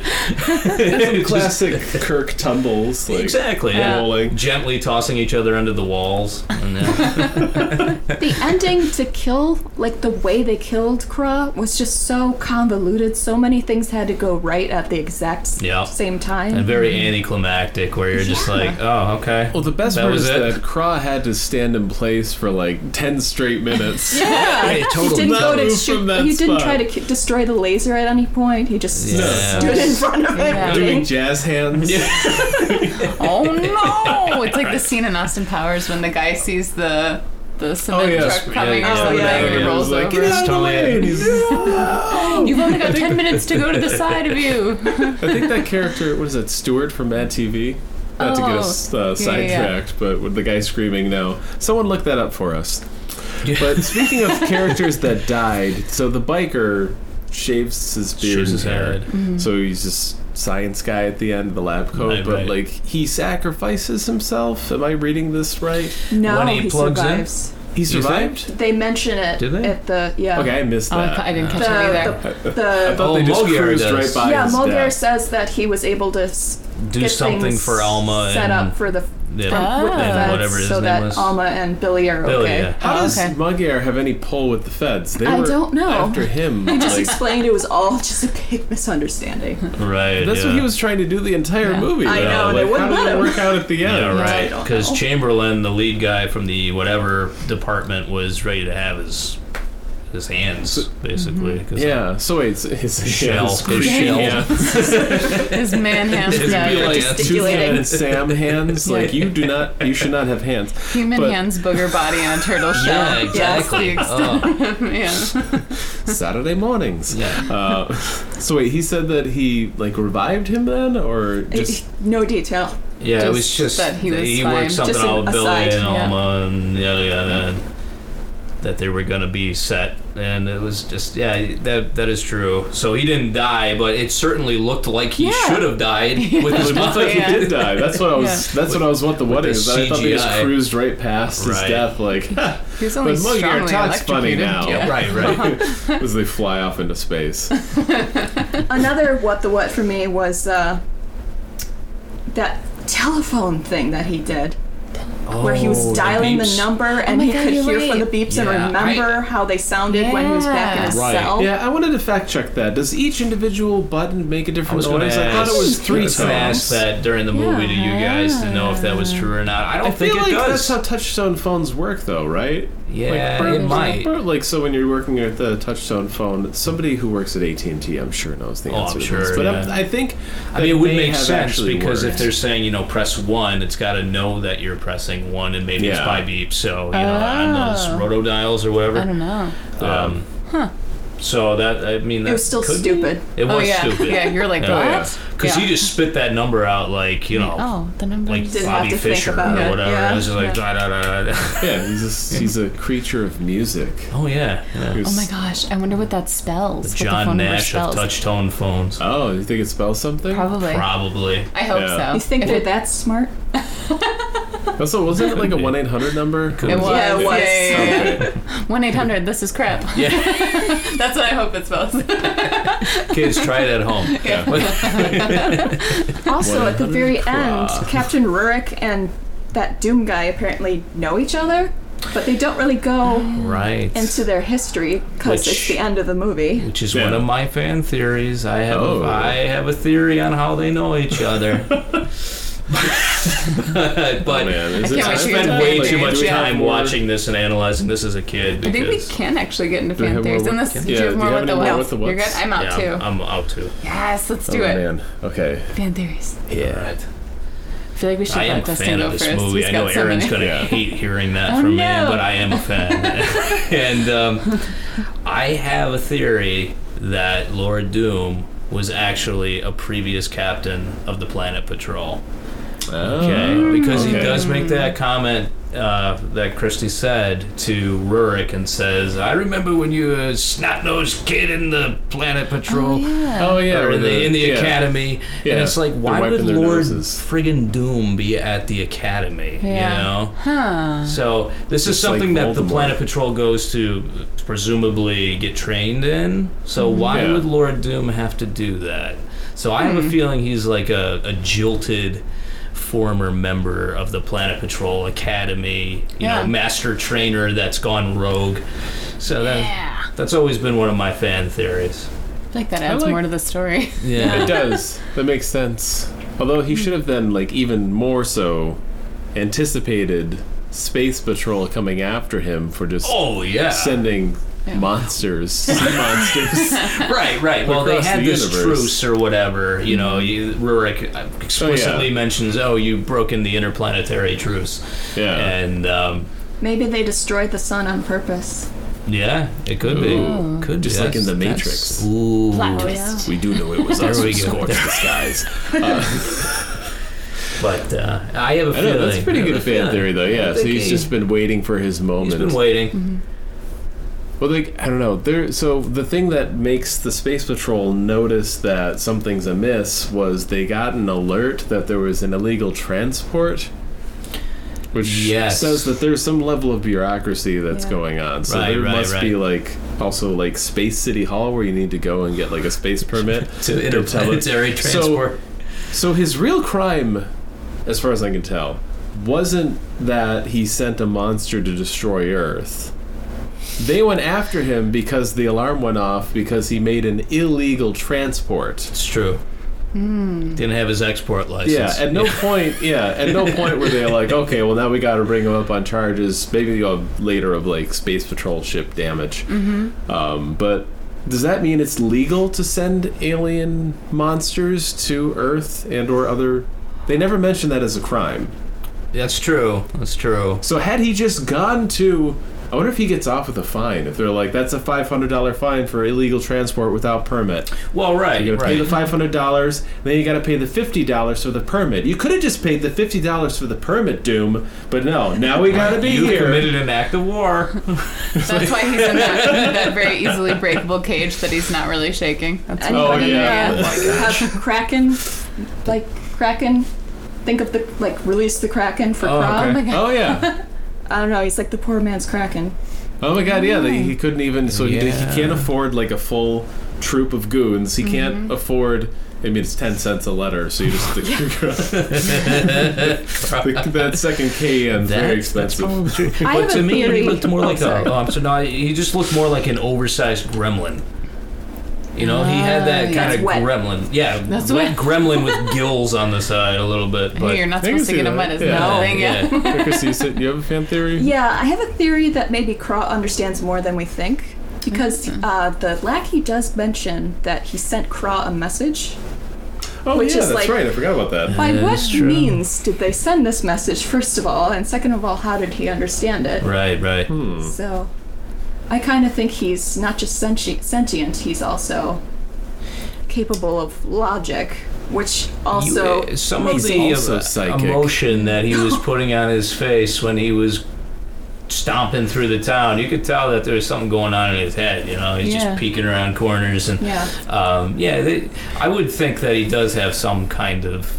B: [laughs]
A: Classic Kirk tumbles. Like,
B: exactly yeah.
A: rolling.
B: gently tossing each other under the walls. And uh, then,
C: the ending to kill, like the way they killed Kra, was just so convoluted. So many things had to go right at the exact s-
B: Yeah.
C: same time.
B: and very anticlimactic, where you're just like, oh, okay.
A: Well, the best
B: That
A: part
B: was
A: is
B: it?
A: that Craw had to stand in place for like ten straight minutes.
C: yeah,
B: Hey,
C: he
B: total
C: didn't go to
A: move
C: shoot.
A: from that
C: He didn't try
A: spot.
C: to ki- destroy the laser at any point. He just
B: Yeah.
C: stood in front of it.
D: Yeah.
A: Doing
C: waiting.
A: jazz hands.
D: [laughs] Oh
B: [laughs]
D: no! It's like the scene in Austin Powers when the guy sees the the cement
A: yes.
D: truck coming
B: Oh, Yeah,
D: or
B: yeah,
D: something
B: yeah,
D: and he
B: yeah.
D: rolls
A: It was like,
D: over.
A: "Get out of the
B: Totally.
A: way!" And
B: [laughs]
A: he's-
D: You've only got ten minutes to go to the side of
B: [laughs]
D: you.
A: I think that character, what is that, Stewart from Mad TV? Not to get
D: Oh.
A: us
D: Yeah, yeah,
A: uh, sidetracked, but with the guy screaming no. Someone look that up for us.
B: [laughs]
A: But speaking of characters that died, so the biker shaves his beard and
B: Shaves his
A: hair.
B: head.
D: Mm-hmm.
A: So he's this science guy at the end, the lab coat,
B: Right,
A: but
B: right.
A: like he sacrifices himself. Am I reading this right?
C: No,
B: When he
C: he,
B: plugs in?
C: survives.
A: He
B: think?
A: survived?
C: They mention it
B: Did they?
C: at the yeah.
A: Okay, I missed
D: Oh, I
A: that.
D: ca- I didn't catch it either.
C: The, the, the,
A: I thought
B: Oh,
A: they just
B: Mogyar
A: cruised
B: does.
A: right by
C: yeah,
A: his
C: Mulgar
A: death.
C: says that he was able to s-
B: Do
C: get
B: something
C: things
B: for Alma
C: set
B: and
C: up for the
B: Yeah,
D: Ah.
C: with the
D: and
C: feds
B: whatever his
C: so
B: name
C: that
B: was.
C: Alma and Billy are
B: Billy,
C: okay.
B: yeah.
A: How
D: Oh,
A: does
D: okay.
A: Mugger have any pull with the feds? They
C: I
A: were
C: don't know.
A: After
D: [laughs]
A: him,
C: Just
A: like,
C: explained it was all just a big misunderstanding.
B: right.
A: that's
B: yeah.
A: what he was trying to do the entire
D: Yeah.
A: movie.
C: I
A: though.
C: know, they
A: Like,
C: wouldn't
A: how did
C: let
A: it
C: him.
A: work out at the end.
B: Yeah,
C: I
B: right.
C: don't
B: Because
C: know.
B: Chamberlain, the lead guy from the whatever department, was ready to have his his hands, basically.
D: mm-hmm.
B: 'cause
A: Yeah. So wait, it's, it's
B: Shell.
A: it's
B: His
A: creepy.
B: shell.
D: [laughs] His
B: [laughs]
D: man hands.
B: His
D: yeah,
B: real
D: they're
B: hands.
A: Two
D: gesticulating.
A: and Sam
D: [laughs]
A: hands. Like you do not, you should not have hands.
D: Human
A: But-
D: hands, booger body on a turtle shell.
B: Yeah, exactly.
D: Yes,
B: Oh,
D: [laughs] yeah.
A: Saturday mornings.
B: yeah.
A: Uh, so wait, he said that he like revived him then, or just
C: no detail.
B: Yeah, it was
D: Just
B: just
D: that he was fine.
B: worked something
C: Just an
B: out with Billy
C: aside,
B: and
D: yeah.
B: Alma and yada yada. and That they were gonna be set, and it was just yeah, that that is true. So he didn't die, but it certainly looked like he
D: Yeah.
B: should have
D: [laughs]
B: died. With
A: it
B: his
A: looked like he
D: Yeah.
A: did
B: [laughs]
A: die. That's what I was. That's what I was. What the what
B: the
A: is? I thought they just
B: CGI.
A: cruised right past his
B: Right.
A: death. Like, "Ha,
D: He was only
A: But Muggy, your
D: strongly
A: talk's funny
D: electrocuted.
A: now.
D: Yeah.
B: right,
A: [laughs]
B: right.
A: as they fly off into space.
C: Another what the what for me was uh, that telephone thing that he did, where he was
B: Oh,
C: dialing the,
B: beeps.
C: number and
D: my
C: he
D: God,
C: could
D: you're
C: hear
D: right.
C: from the beeps
B: Yeah,
C: and remember how they sounded when he was back in his
D: Yeah.
B: Right.
C: cell.
A: Yeah, I wanted to fact check that. Does each individual button make a
B: I
A: different
B: was going
A: noise?
B: to
A: I thought
B: ask.
A: it was
B: I
A: three
B: was gonna
A: tones.
B: ask that during the movie to you guys to know if that was true or not. I don't
A: I
B: think
A: feel
B: it
A: like
B: does.
A: that's how touchstone phones work, though, right?
B: yeah,
A: burp,
B: it might.
A: burp, like so, when you're working at the touchstone phone, somebody who works at AT and T, I'm sure knows the
B: Oh, I'm
A: answer. to
B: sure,
A: this. but
B: yeah.
A: I, I think
B: I mean, it would make sense
A: actually
B: because if
A: worked.
B: they're saying, you know, press one, it's got to know that you're pressing one, and maybe it's
A: Yeah.
B: by beep. So, you know, on those
D: Oh.
B: rotodials or whatever.
D: I don't know.
B: Um, So that I mean, that
C: It was still
B: could be-
C: stupid.
B: It
D: Oh
B: was
D: yeah,
B: stupid. Oh,
D: yeah. You're like
B: Yeah.
D: what?
A: yeah.
B: Because
D: Yeah.
B: he just spit that number out like you know,
D: Oh, the number.
B: like
C: Didn't have
B: Bobby
C: to think
B: Fisher or
C: about
D: it.
B: whatever.
C: Yeah.
B: It was just like da da da da. [laughs] da.
A: yeah, he's just, he's a creature of music.
B: Oh yeah. yeah.
A: He was-
D: Oh my gosh, I wonder what that spells. what the
B: John
D: phone number
B: Nash of
D: spells.
B: Touchtone Phones.
A: Oh, you think it spells something?
D: Probably.
B: Probably.
D: I hope
A: Yeah.
D: so.
C: You think
D: If
C: they're
D: it,
C: that smart?
A: Also, wasn't
B: [laughs]
A: it like a
B: Could be.
A: one eight hundred number?
B: Could
D: it was.
C: Yeah, it was.
A: [laughs] Okay.
D: One eight hundred. This is crap. [laughs]
B: Yeah. [laughs]
D: That's what I hope it spells.
B: Kids, try it at
D: [laughs]
B: home. Yeah.
C: Also, at the very
A: 100
C: end,
A: crop.
C: Captain Rurik and that Doom guy apparently know each other, but they don't really go
B: right.
C: into their history because
B: Which-
C: it's the end of the movie.
B: which is
A: Yeah.
B: one of my fan theories. I have
A: Oh.
B: a, I have a theory on how they know each
A: [laughs]
B: other. [laughs] but
A: Oh, Man, is
D: I
A: it
D: can't
B: I
D: wait
A: time?
B: spend way
D: to hear your fan
B: too much
D: theories. Yeah.
B: time watching this and analyzing this as a kid.
D: I think we
B: Because,
D: can actually get into
A: we
D: fan
A: have more
D: theories.
A: with-
D: Unless
A: can-
D: do you
A: Yeah,
D: have
A: do
D: more
A: you have
D: with the
A: any more
D: what?
A: with the
D: You're good.
A: whats?
D: I'm out
B: yeah, Uh,
D: too.
B: I'm out too.
D: yes, let's do
A: Oh
D: it.
A: man. Okay.
D: Fan theories.
A: Yeah.
D: I feel like we should
B: I am
D: let
B: a
D: Dustin
B: fan
D: go
B: of this
D: first.
B: movie. I
D: He's got
B: know
D: so
B: Aaron's
D: many.
B: going to
A: Yeah.
B: hate hearing that
D: Oh,
B: from
D: no.
B: me, but I am a
D: [laughs]
B: fan. and um, I have a theory that Lord Doom was actually a previous captain of the Planet Patrol.
D: Mm.
B: Okay, because he
A: Oh. Okay.
B: does make that comment uh, that Christie said to Rurik and says, "I remember when you were a snot-nosed kid in the Planet Patrol."
D: Yeah.
A: Oh yeah.
B: Or in
A: with
B: the, in the
A: yeah.
B: academy,
A: Yeah,
B: and it's like,
A: they're
B: why would
A: wiping their
B: Lord
A: noses.
B: friggin' Doom be at the academy?
D: Yeah.
B: You know.
D: Huh.
B: So this is
A: Just like
B: something that the
A: Voldemort.
B: Planet Patrol goes to presumably get trained in. So
D: Mm-hmm.
B: why
A: Yeah.
B: would Lord Doom have to do that? So I
D: Mm-hmm.
B: have a feeling he's like a, a jilted former member of the Planet Patrol Academy, you
D: Yeah.
B: know, master trainer that's gone rogue. So that
D: Yeah.
B: that's always been one of my fan theories.
D: I feel like that adds
A: like-
D: more to the story. [laughs]
A: It
B: Yeah.
A: does. That makes sense. Although he should have then like even more so anticipated Space Patrol coming after him for just
B: oh yeah.
A: sending monsters,
B: [laughs]
A: sea monsters.
B: right, right. Well, they
A: across
B: had
A: the
B: this
A: universe.
B: truce or whatever. You know, you, Rurik explicitly mentions, "Oh, you've broken the interplanetary truce,"
A: Yeah.
B: and um,
C: Maybe they destroyed the sun on purpose.
B: yeah, it could
A: Ooh.
B: be, could
A: Just
B: be.
A: like in The
B: That's-
A: Matrix.
B: that's- Ooh,
D: Plot twist.
A: We do know it was us
B: There
A: who
B: we go.
A: scorched the skies.
B: but uh, I have a
A: I
B: feeling
A: know that's a pretty
B: I have
A: good
B: a
A: fan
B: feeling.
A: theory, though. Yeah, so
B: think
A: he's
B: he-
A: just been waiting for his moment.
B: He's been waiting.
A: Well, like I don't know. There, so the thing that makes the space patrol notice that something's amiss was they got an alert that there was an illegal transport, which
B: Yes.
A: says that there's some level of bureaucracy that's
D: Yeah.
A: going on. So
B: Right,
A: there
B: right,
A: must be like also like space city hall where you need to go and get like a space permit
B: [laughs] To
A: They're telling-
B: interplanetary
A: So-
B: transport.
A: so his real crime, as far as I can tell, wasn't that he sent a monster to destroy Earth. They went after him because the alarm went off because he made an illegal transport.
B: it's true. Didn't have his export license.
A: Yeah, at no point. Yeah, at no point were they [laughs] like, okay, well now we got to bring him up on charges. Maybe you know, later of like space patrol ship damage. Mm-hmm. Um, but does that mean it's legal to send alien monsters to Earth and or other? They never mentioned that as a crime.
B: That's true. That's true.
A: So had he just gone to. I wonder if he gets off with a fine. If they're like, that's a five hundred dollar fine for illegal transport without permit.
B: Well, right,
A: You gotta pay the
B: right.
A: five hundred dollars, then you gotta pay the fifty dollars for the permit. You could have just paid the fifty dollars for the permit, Doom, but no. Now we gotta be
B: you
A: here.
B: committed an act of war.
D: That's why he's in that, that very easily breakable cage that he's not really shaking. That's
C: And
A: Oh,
C: you can,
A: yeah.
C: uh, you have Kraken, like Kraken. Think of the like release the Kraken for
A: Oh,
C: prom.
A: okay. oh yeah.
C: I don't know. He's like the poor man's Kraken.
A: Oh my god, yeah. They, he couldn't even. So he, he can't afford like a full troop of goons. He
C: Mm-hmm.
A: can't afford. I mean, it's ten cents a letter, so you just the, that second K is very expensive.
C: I
B: but
C: have
B: to
C: a
B: me,
C: theory.
B: he looked more
C: Oh,
B: like
C: sorry. [laughs]
B: a. Um, so now he just looked more like an oversized gremlin. You know, he had that kind
C: Ah, That's
B: of
C: wet.
B: gremlin. Yeah,
D: That's
B: wet
D: wet.
B: gremlin
C: [laughs]
B: with gills on the side a little bit. But
D: Hey, you're not
A: They can
D: supposed
A: see
D: to get
A: that.
D: him wet. It's
A: Yeah.
D: not
B: Oh,
D: a thing yet.
A: [laughs]
B: yeah.
A: Chris, you, said- you have a fan theory?
C: Yeah, I have a theory that maybe Craw understands more than we think. Because uh, the lackey does mention that he sent Craw a message.
A: Oh,
C: Which
A: yeah,
C: is
A: that's
C: like-
A: right. I forgot about that.
C: By
B: Yeah,
C: what
B: that's true.
C: means did they send this message, first of all? And second of all, how did he understand it?
B: right, right.
C: Hmm. So I kind of think he's not just senti- sentient, he's also capable of logic, which also.
B: You- uh, some of
C: makes
B: the
C: him-
A: also
B: uh,
A: psychic.
B: emotion that he
C: [laughs]
B: was putting on his face when he was stomping through the town, you could tell that there was something going on in his head. You know, he's
D: Yeah.
B: just peeking around corners and
C: Yeah.
B: um, yeah. They, I would think that he does have some kind of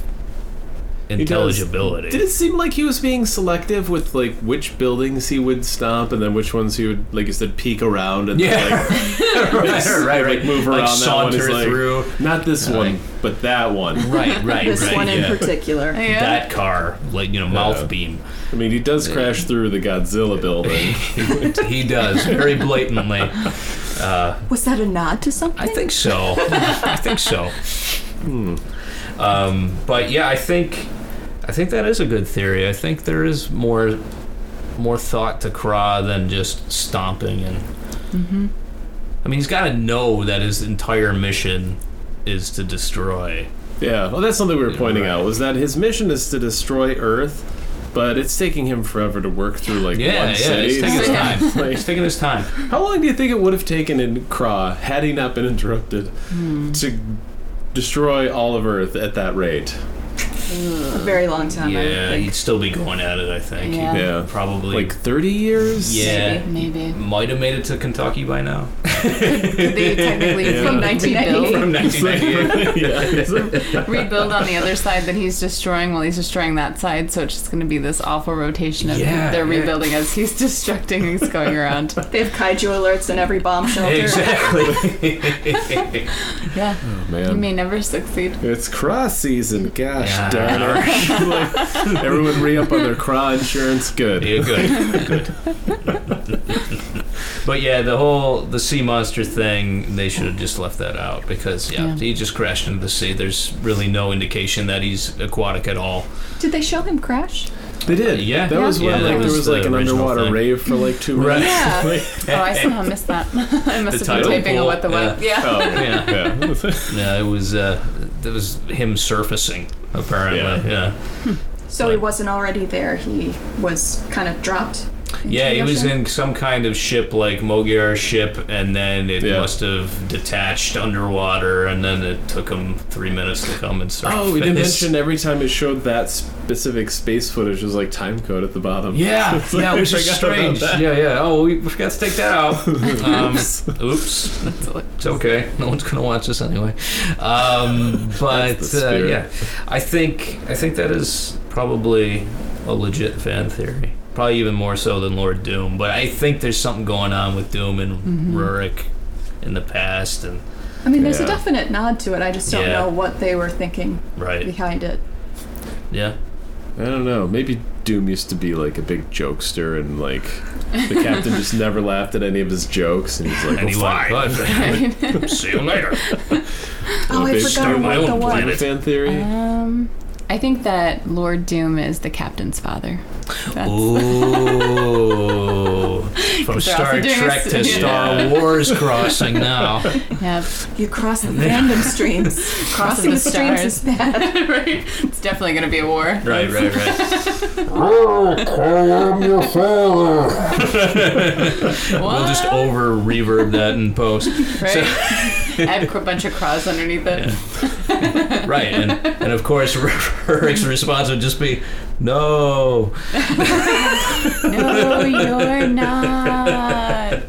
B: intelligibility.
A: Did it seem like he was being selective with like which buildings he would stomp and then which ones he would, like you said, peek around and
B: [laughs] Yeah.
A: like,
B: [laughs] right, right,
A: like, move around that one.
B: saunter
A: He's like,
B: through.
A: not this one, but that one.
C: [laughs]
B: Right, right,
C: This
B: right.
C: one in
B: yeah.
C: particular.
D: [laughs] Yeah.
B: That car, like you know, mouth beam.
A: I mean, he does crash through the Godzilla
B: [laughs]
A: building.
B: he does very blatantly.
A: [laughs]
B: Uh,
C: Was that a nod to something?
B: I think so. I think so. Hmm. Um, but yeah, I think I think that is a good theory. I think there is more more thought to Kra than just stomping and.
D: Mm-hmm.
B: I mean, he's got to know that his entire mission is to destroy.
A: Yeah, well, that's something we were pointing out was that his mission is to destroy Earth, but it's taking him forever to work through like
B: Yeah,
A: one
B: yeah,
A: city.
B: he's taking his
A: [laughs] so,
B: time.
A: like,
B: He's taking his time.
D: [laughs]
A: How long do you think it would have taken in Craw had he not been interrupted
B: Hmm.
A: to destroy all of Earth at that rate?
C: A very long time, I would
B: Yeah,
C: think.
B: he'd still be going at it. I think.
D: Yeah.
A: Yeah.
B: Probably.
A: Like 30 years?
B: yeah.
D: Maybe.
B: Might have made it to Kentucky by now.
A: [laughs]
B: [laughs]
D: They technically
C: From
D: [laughs] rebuild,
C: 1998.
B: From
A: [laughs]
B: 1998.
D: rebuild on the other side that he's destroying while he's destroying that side. So it's just going to be this awful rotation of
B: Yeah,
D: they're
B: yeah.
D: rebuilding as he's [laughs] destructing, he's going around.
C: They have kaiju alerts in every bomb shelter.
B: Exactly.
D: [laughs] Yeah. You
A: Man.
D: may never succeed.
A: It's Craw season. Gosh
B: Yeah.
A: darn it. [laughs] Like, everyone re up on their Craw insurance. Good.
B: [laughs] Yeah, good. good. but yeah, the whole the sea monster thing, they should have just left that out because yeah,
D: Yeah.
B: he just crashed into the sea. There's really no indication that he's aquatic at all.
C: Did they show him crash?
A: They did.
B: Yeah.
A: That was
B: Yeah,
A: when
B: that
A: like,
B: was
A: there was
B: the
A: like an
B: original
A: underwater
B: thing.
A: rave for like two minutes. [laughs]
C: Yeah.
A: Like,
D: Oh, I somehow missed that. [laughs] I
B: The
D: must have
B: tidal
D: been taping
B: pool,
D: a what the what. Yeah.
A: oh,
B: Yeah.
A: [laughs] yeah.
B: No, it was uh, it was him surfacing apparently. Yeah,
C: So he wasn't already there. He was kind of dropped. into
B: yeah,
C: the
B: he was
C: ocean?
B: in some kind of ship like Mogiar ship, and then it
A: Yeah.
B: must have detached underwater, and then it took him three minutes to come and surface.
A: Oh, we didn't mention every time it showed that specific space footage was like time code at the bottom.
B: Yeah,
A: [laughs] It's like,
B: yeah,
A: I
B: which is
A: forgot about
B: strange.
A: that.
B: Yeah, yeah. Oh, we forgot to take that out.
A: [laughs]
B: Um, oops. It's okay. No one's gonna watch this anyway. Um,
A: [laughs]
B: but
A: That's the
B: uh,
A: spirit.
B: yeah, I think I think that is probably a legit fan theory. Probably even more so than Lord Doom. But I think there's something going on with Doom and Rurik in the past, and
C: I mean, there's
A: Yeah.
C: a definite nod to it. I just don't
B: Yeah.
C: know what they were thinking
B: right,
C: behind it.
B: yeah.
A: I don't know. Maybe Doom used to be like a big jokester, and like the captain just never laughed at any of his jokes, and he's [laughs] like,
B: And he
A: well,
B: went,
A: fine.
B: "Good." See you later.
C: Oh, I
A: Big
C: forgot
A: star,
B: my
C: about the
B: own
C: one.
B: planet.
A: Planet fan theory.
D: Um, I think that Lord Doom is the captain's father. That's,
B: Oh. [laughs] Ooh. From Star
D: also doing
B: Trek
D: a-
B: to
D: yeah.
B: Star Wars crossing now.
D: yep.
C: You cross the fandom streams. Crossing
D: the
C: the streams
D: stars.
C: is bad.
D: [laughs] right. It's definitely going to be a war.
B: [laughs] Right, right, right. We'll just
D: What?
B: over reverb that in post.
D: Right. [laughs] Add a bunch of crows underneath it.
B: Right, and, and of course, [laughs] Rick's response would just be, no.
D: No, you're not.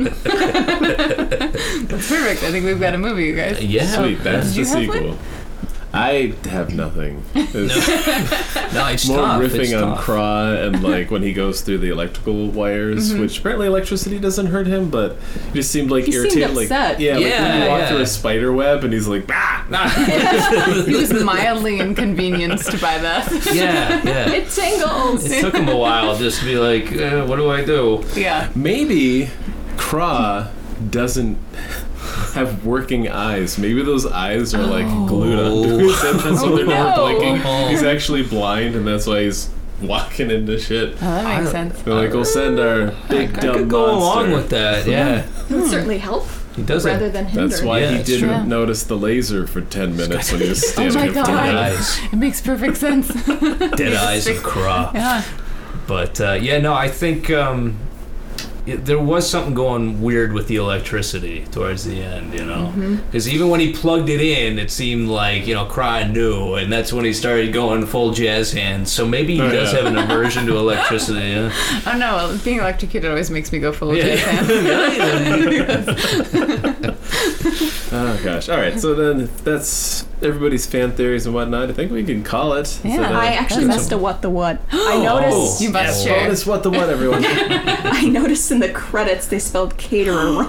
D: That's perfect. I think we've got a movie, you guys.
A: [laughs]
B: Yeah.
A: Sweet, that's
D: Did
A: the
D: you have
A: sequel. I have nothing. [laughs] It's
B: No, it's
A: more
B: tough.
A: riffing
B: it's
A: on
B: tough.
A: Craw and like when he goes through the electrical wires, which apparently electricity doesn't hurt him, but it just seemed like
C: He seemed
A: irritated. Like
C: upset.
A: yeah, like when
B: Yeah,
A: you walk
B: yeah.
A: through a spider web and he's like, bah!
D: He was mildly inconvenienced
B: [laughs]
D: by that.
B: Yeah, yeah.
C: It tingles.
B: It took him a while just to be like, eh, what do I do?
D: Yeah.
A: maybe Craw doesn't have working eyes. Maybe those eyes are like glued onto his head. That's why they're not
D: Oh, no.
A: blinking. He's actually blind, and that's why he's walking into shit.
D: Oh, that makes sense.
A: They're like, we'll send our big
B: I
A: dumb
B: could go
A: monster.
B: along with that. Yeah,
C: would certainly help
B: he does
C: rather
B: it.
C: than hinder.
A: That's why uh,
B: Yeah,
A: he
B: it's
A: didn't
D: true.
A: notice the laser for 10 minutes when he was standing
D: my
A: in
B: Oh
A: front of
D: God.
A: it.
B: eyes,
D: It makes perfect sense. [laughs]
B: dead eyes of Craw.
D: yeah.
B: But uh, yeah, no, I think um, it, there was something going weird with the electricity towards the end, you know,
D: Mm-hmm.
B: because even when he plugged it in, it seemed like you know Cry knew, and that's when he started going full jazz hands. So maybe he
A: Oh,
B: does
A: yeah.
B: have an aversion to electricity.
D: [laughs]
B: Yeah.
D: Oh no, being electrocuted always makes me go full of
B: Yeah.
D: yeah.
A: Oh, gosh. All right. So then that's everybody's fan theories and whatnot. I think we can call it. Is
D: Yeah.
A: that, uh,
D: I
C: I actually
D: that's
C: missed a what the what. I noticed.
D: You must
B: Oh. yeah,
D: share.
A: Bonus Oh, what the what,
D: [laughs]
A: everyone.
D: Oh
C: I noticed in the credits they spelled caterer wrong.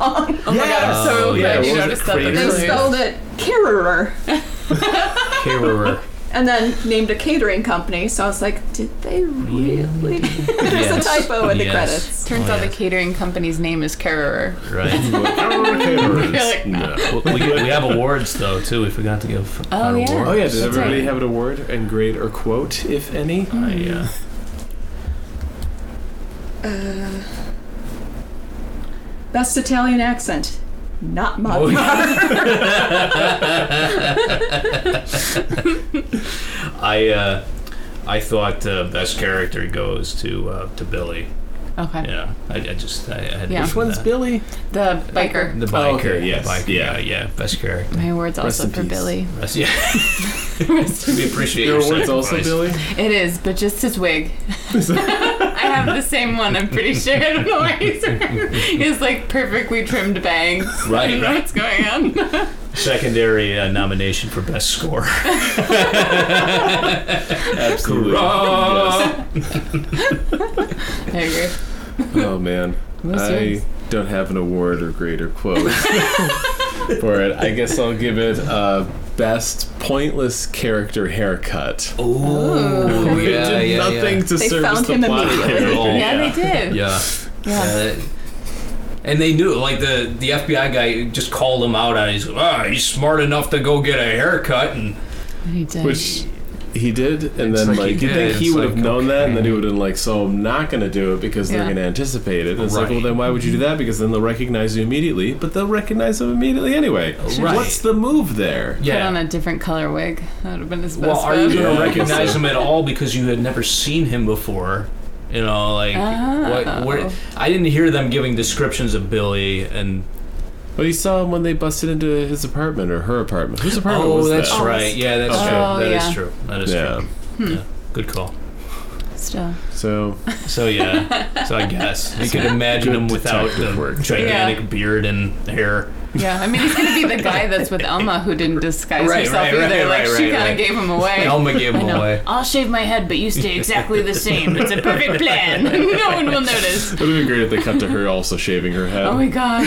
D: Oh my god, I'm so
B: Oh, yeah,
D: glad you
A: what was
D: noticed
A: it,
D: that.
A: crater?
C: They
A: [laughs]
D: That's
C: spelled it caterer,
B: Caterer.
C: and then named a catering company. So I was like, did they [laughs] really? There's a
B: Yes.
C: typo in the
B: Yes.
C: credits.
D: Turns
B: Oh,
D: out
B: yeah.
D: the catering company's name is Caterer. [laughs]
B: Right.
D: like,
A: no.
B: we, we we have awards though too. We forgot to give.
D: Oh,
B: out
D: yeah.
B: awards.
A: Oh, yeah. Does everybody
D: right.
A: have an award and grade or quote, if any?
B: I, uh,
C: Best Italian accent, not
B: Oh,
C: Mugwort.
B: yeah. [laughs] I uh, I thought uh, best character goes to uh, to Billy.
D: Okay.
B: Yeah, I, I just I, I had
D: Yeah.
A: Which one's
B: that.
A: Billy?
D: The biker.
B: The biker.
A: Oh, okay,
B: yeah,
A: yes,
B: biker,
A: yeah.
B: yeah, yeah, best character.
D: [laughs] My award's
A: Rest
D: also
A: in
D: for
A: peace.
D: Billy.
B: Rest- yeah, we appreciate
A: Your
B: your
A: award's also
B: sacrifice.
A: Billy?
D: It is, but just his wig. [laughs] I have the same one, I'm pretty sure. I don't know why he's wearing He's like perfectly trimmed bangs. I
B: Right,
D: don't know
B: right.
D: what's going
B: [laughs]
D: on.
B: Secondary uh, nomination for best
A: [laughs]
B: score.
A: Absolutely.
B: Oh,
D: I agree.
A: Oh man,
D: What's yours?
A: I don't have an award or grade or quote [laughs] for it. I guess I'll give it uh, best pointless character haircut.
B: [laughs] Ooh,
A: It
B: Oh, yeah,
A: did
B: yeah,
A: nothing
B: yeah.
A: to
C: They
A: service
C: found
A: the
C: him
A: plot.
C: immediately.
A: here.
B: Oh,
D: yeah,
B: yeah.
D: they did.
B: Yeah.
D: Yeah.
B: Uh, and they knew, like the the FBI guy just called him out on. it. He's ah, he's smart enough to go get a haircut, and
D: He did.
A: Which he did, and
B: It's
A: then
B: like
A: like,
B: he
A: you
B: did,
A: think he
B: it's
A: would have
B: like,
A: known that, and then he
B: okay.
A: would have been like, "So I'm not going to do it because
D: Yeah.
A: they're going to anticipate it." And it's like,
B: Right.
A: well, then why would you do that? Because then they'll recognize you immediately, but they'll recognize him immediately anyway.
B: Right.
A: What's the move there?
D: Put
B: yeah.
D: on a different color wig. That would have been his best
B: well, are you
A: Yeah,
B: going
A: I
B: to
A: think
B: recognize
A: so.
B: him at all because you had never seen him before? You know, like
D: Oh.
B: what, what? I didn't hear them giving descriptions of Billy, and
A: But he saw him when they busted into his apartment or her apartment. Whose apartment
B: oh,
A: was
B: that's
A: that?
C: Oh,
B: right. Yeah, that's
A: okay.
B: true.
D: Oh,
B: That is
D: yeah. Hmm.
B: true. That is
A: Yeah.
B: true. Yeah. Good call.
D: Still.
A: So
B: So yeah, so I guess you could imagine
A: Good
B: him without
A: detective
B: the
A: work.
B: gigantic
D: Yeah.
B: beard and hair.
D: Yeah, I mean, he's gonna be the guy that's with Elma who didn't disguise
B: Right,
D: herself
B: right,
D: either.
B: right,
D: like
B: right,
D: she
B: right,
D: kind of
B: right.
D: gave him away.
B: Elma gave
D: [laughs] I
B: him
D: know.
B: away.
D: I'll shave my head, but you stay exactly the same. It's a
B: [laughs]
D: perfect plan. [laughs] no one will notice.
A: It would have been great if they cut to her also shaving her head.
D: Oh my god.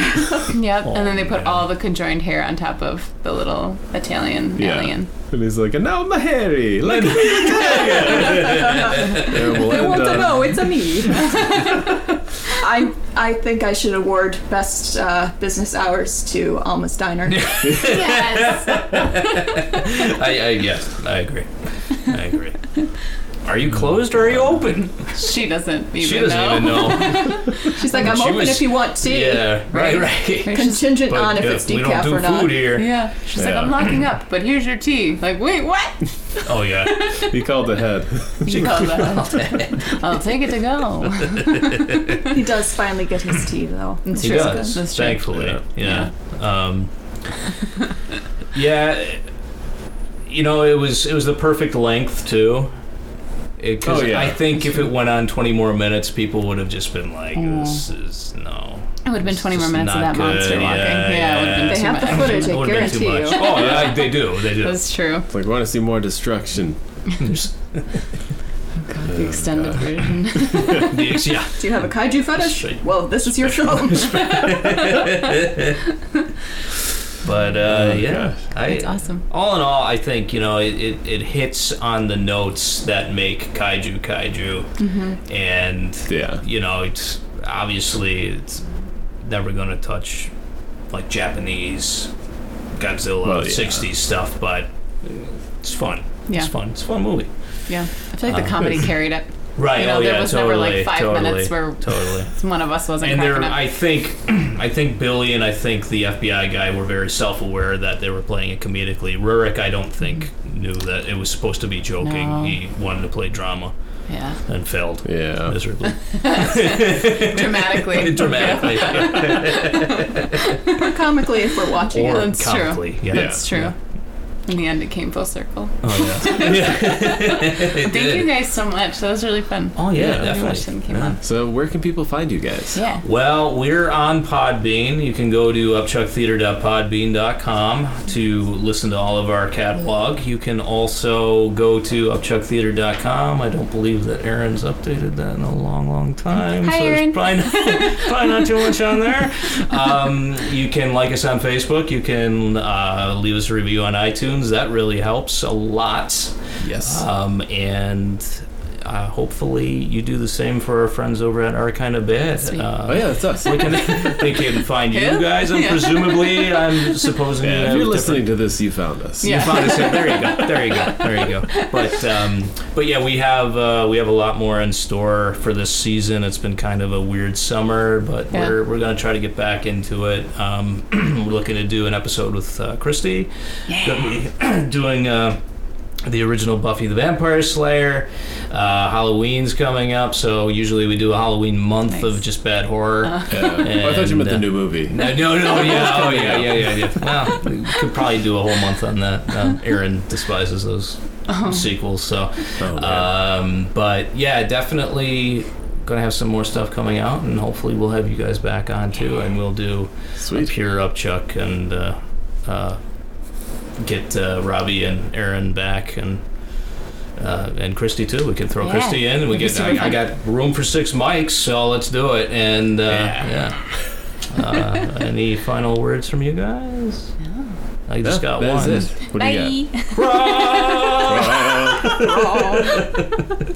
B: [laughs]
D: Yep. and then they put
B: man.
D: all the conjoined hair on top of the little Italian
A: Yeah.
D: alien.
A: And he's like, and now I'm a hairy. Like, terrible.
C: I
A: And,
C: want
A: uh,
C: to know. It's a
D: [laughs]
C: me. I I think I should award best uh, business hours to Alma's Diner.
D: Yes.
B: I, I yes, I agree. I agree. Are you closed or are you open?
D: she doesn't even
B: she doesn't
D: know.
B: even know.
C: She's like, I'm
B: She
C: open
B: was-
C: if you want tea.
B: yeah, right, right.
D: Right, she's-
C: Contingent
B: But
C: on if
B: yeah,
C: it's
B: we don't
C: decaf
B: do
C: or not.
B: food here.
D: Yeah. She's
A: Yeah.
D: like, I'm locking up, but here's your tea. Like, wait,
B: [laughs]
D: what?
B: Oh yeah.
A: He called ahead. [laughs]
D: She called that. I'll take it to
B: [laughs]
D: go.
C: He does finally get his tea [laughs] though.
D: It's
B: He
D: true.
B: does,
D: That's true.
B: thankfully. Yeah. Yeah. Um, yeah. You know, it was it was the perfect length too. It, 'cause
A: Oh, yeah.
B: I think if it went on 20 more minutes, people would have just been like, "This is no."
D: It would have been
B: It's
D: 20 more
B: just
D: minutes of
B: not
D: that monster
B: good.
D: walking.
B: Yeah,
D: Yeah, it would have been
B: yeah.
C: They
D: too
C: have the
D: much.
C: footage.
B: It
C: I
B: would've been too
C: guarantee
B: much.
C: you.
B: Oh yeah, they do. They [laughs] do.
D: That's true.
A: It's like, we want to see more destruction.
D: God, the extended version.
B: Yes, yeah.
C: Do you have a kaiju
B: Straight-
C: fetish? Well, this is your film.
B: But uh,
A: Oh,
B: yeah,
A: gosh.
B: I,
D: That's awesome.
B: All in all, I think you know it, it, it hits on the notes that make kaiju kaiju,
D: Mm-hmm.
B: and
A: Yeah.
B: you know it's obviously it's never going to touch like Japanese Godzilla
A: Well, yeah.
B: '60s stuff, but it's fun.
D: Yeah.
B: It's fun. It's a fun movie.
D: Yeah. I feel like the
B: [laughs]
D: comedy carried it.
B: Right.
D: You know,
B: Uh, oh
D: there
B: yeah.
D: was never,
B: totally.
D: like, five
B: totally,
D: minutes where- [laughs]
B: totally.
D: One of us wasn't
B: And there,
D: cracking up.
B: I think, [clears throat] I think Billy and I think the FBI guy were very self-aware that they were playing it comedically. Rurik, I don't think, knew that it was supposed to be joking.
D: Mm-hmm. No.
B: He wanted to play drama
D: yeah.
B: and failed
A: Yeah.
B: [laughs] miserably, [laughs]
D: Dramatically. [laughs]
B: dramatically,
C: Comically, if we're watching
B: or
C: it.
D: That's true.
B: comically. Yeah.
D: That's true. In the end, it came full circle.
B: Oh
D: [laughs]
B: yeah. It
D: Thank you
B: did.
D: guys so much. That was really fun.
B: Oh yeah,
A: Yeah, we
D: I watched
B: definitely.
D: them came
B: Yeah.
D: on.
A: So where can people find you guys?
D: Yeah.
B: Well, we're on Podbean. You can go to upchucktheater.podbean.com to listen to all of our catalog. You can also go to upchucktheater.com. I don't believe that Aaron's updated that in a long, long time.
D: Hi,
B: so there's
D: Aaron.
B: probably
D: [laughs]
B: not, probably not too much on there. Um, you can like us on Facebook. You can uh, leave us a review on iTunes. That really helps a lot.
A: Yes.
B: Um, and uh, hopefully you do the same for our friends over at Our Kind of Bed.
D: Sweet.
B: Uh,
A: oh yeah, that's us.
B: they, can, [laughs] they can find you
D: Who?
B: guys, and
D: Yeah.
B: presumably, I'm supposing you
A: Yeah, if
B: have
A: you're
B: different-
A: listening to this, you found us.
D: Yeah.
B: You found us. There you go. There you go. There you go. But um, but yeah, we have uh, we have a lot more in store for this season. It's been kind of a weird summer, but
D: Yeah.
B: we're, we're gonna try to get back into it. Um, [clears throat] we're looking to do an episode with uh, Christy, Gonna be [clears throat] doing. Uh, the original Buffy the Vampire Slayer. Uh, Halloween's coming up, so usually we do a Halloween month of
D: Nice. Uh-huh.
B: just bad horror.
A: Yeah. Oh, I thought you meant the
B: And, uh,
A: new movie.
B: No, no, no, yeah, oh, yeah, yeah, yeah, yeah. Well, we could probably do a whole month on that. Um, Aaron despises those sequels, so.
A: Oh, man.
B: Um, but yeah, definitely gonna have some more stuff coming out, and hopefully we'll have you guys back on too, and we'll do a
A: Sweet.
B: pure upchuck and uh, uh, get uh, Robbie and Aaron back and. Uh, and Christy too. We can throw
D: Yeah.
B: Christy in. We
D: That'd be
B: get.
D: super
B: I, I
D: fun.
B: got room for six mics, so let's do it. And uh,
A: Yeah.
B: yeah. Uh, any final words from you
D: [laughs]
B: guys? I just got
A: that is [laughs]
B: one.
A: it. What do you got?
B: Roar!
A: Oh.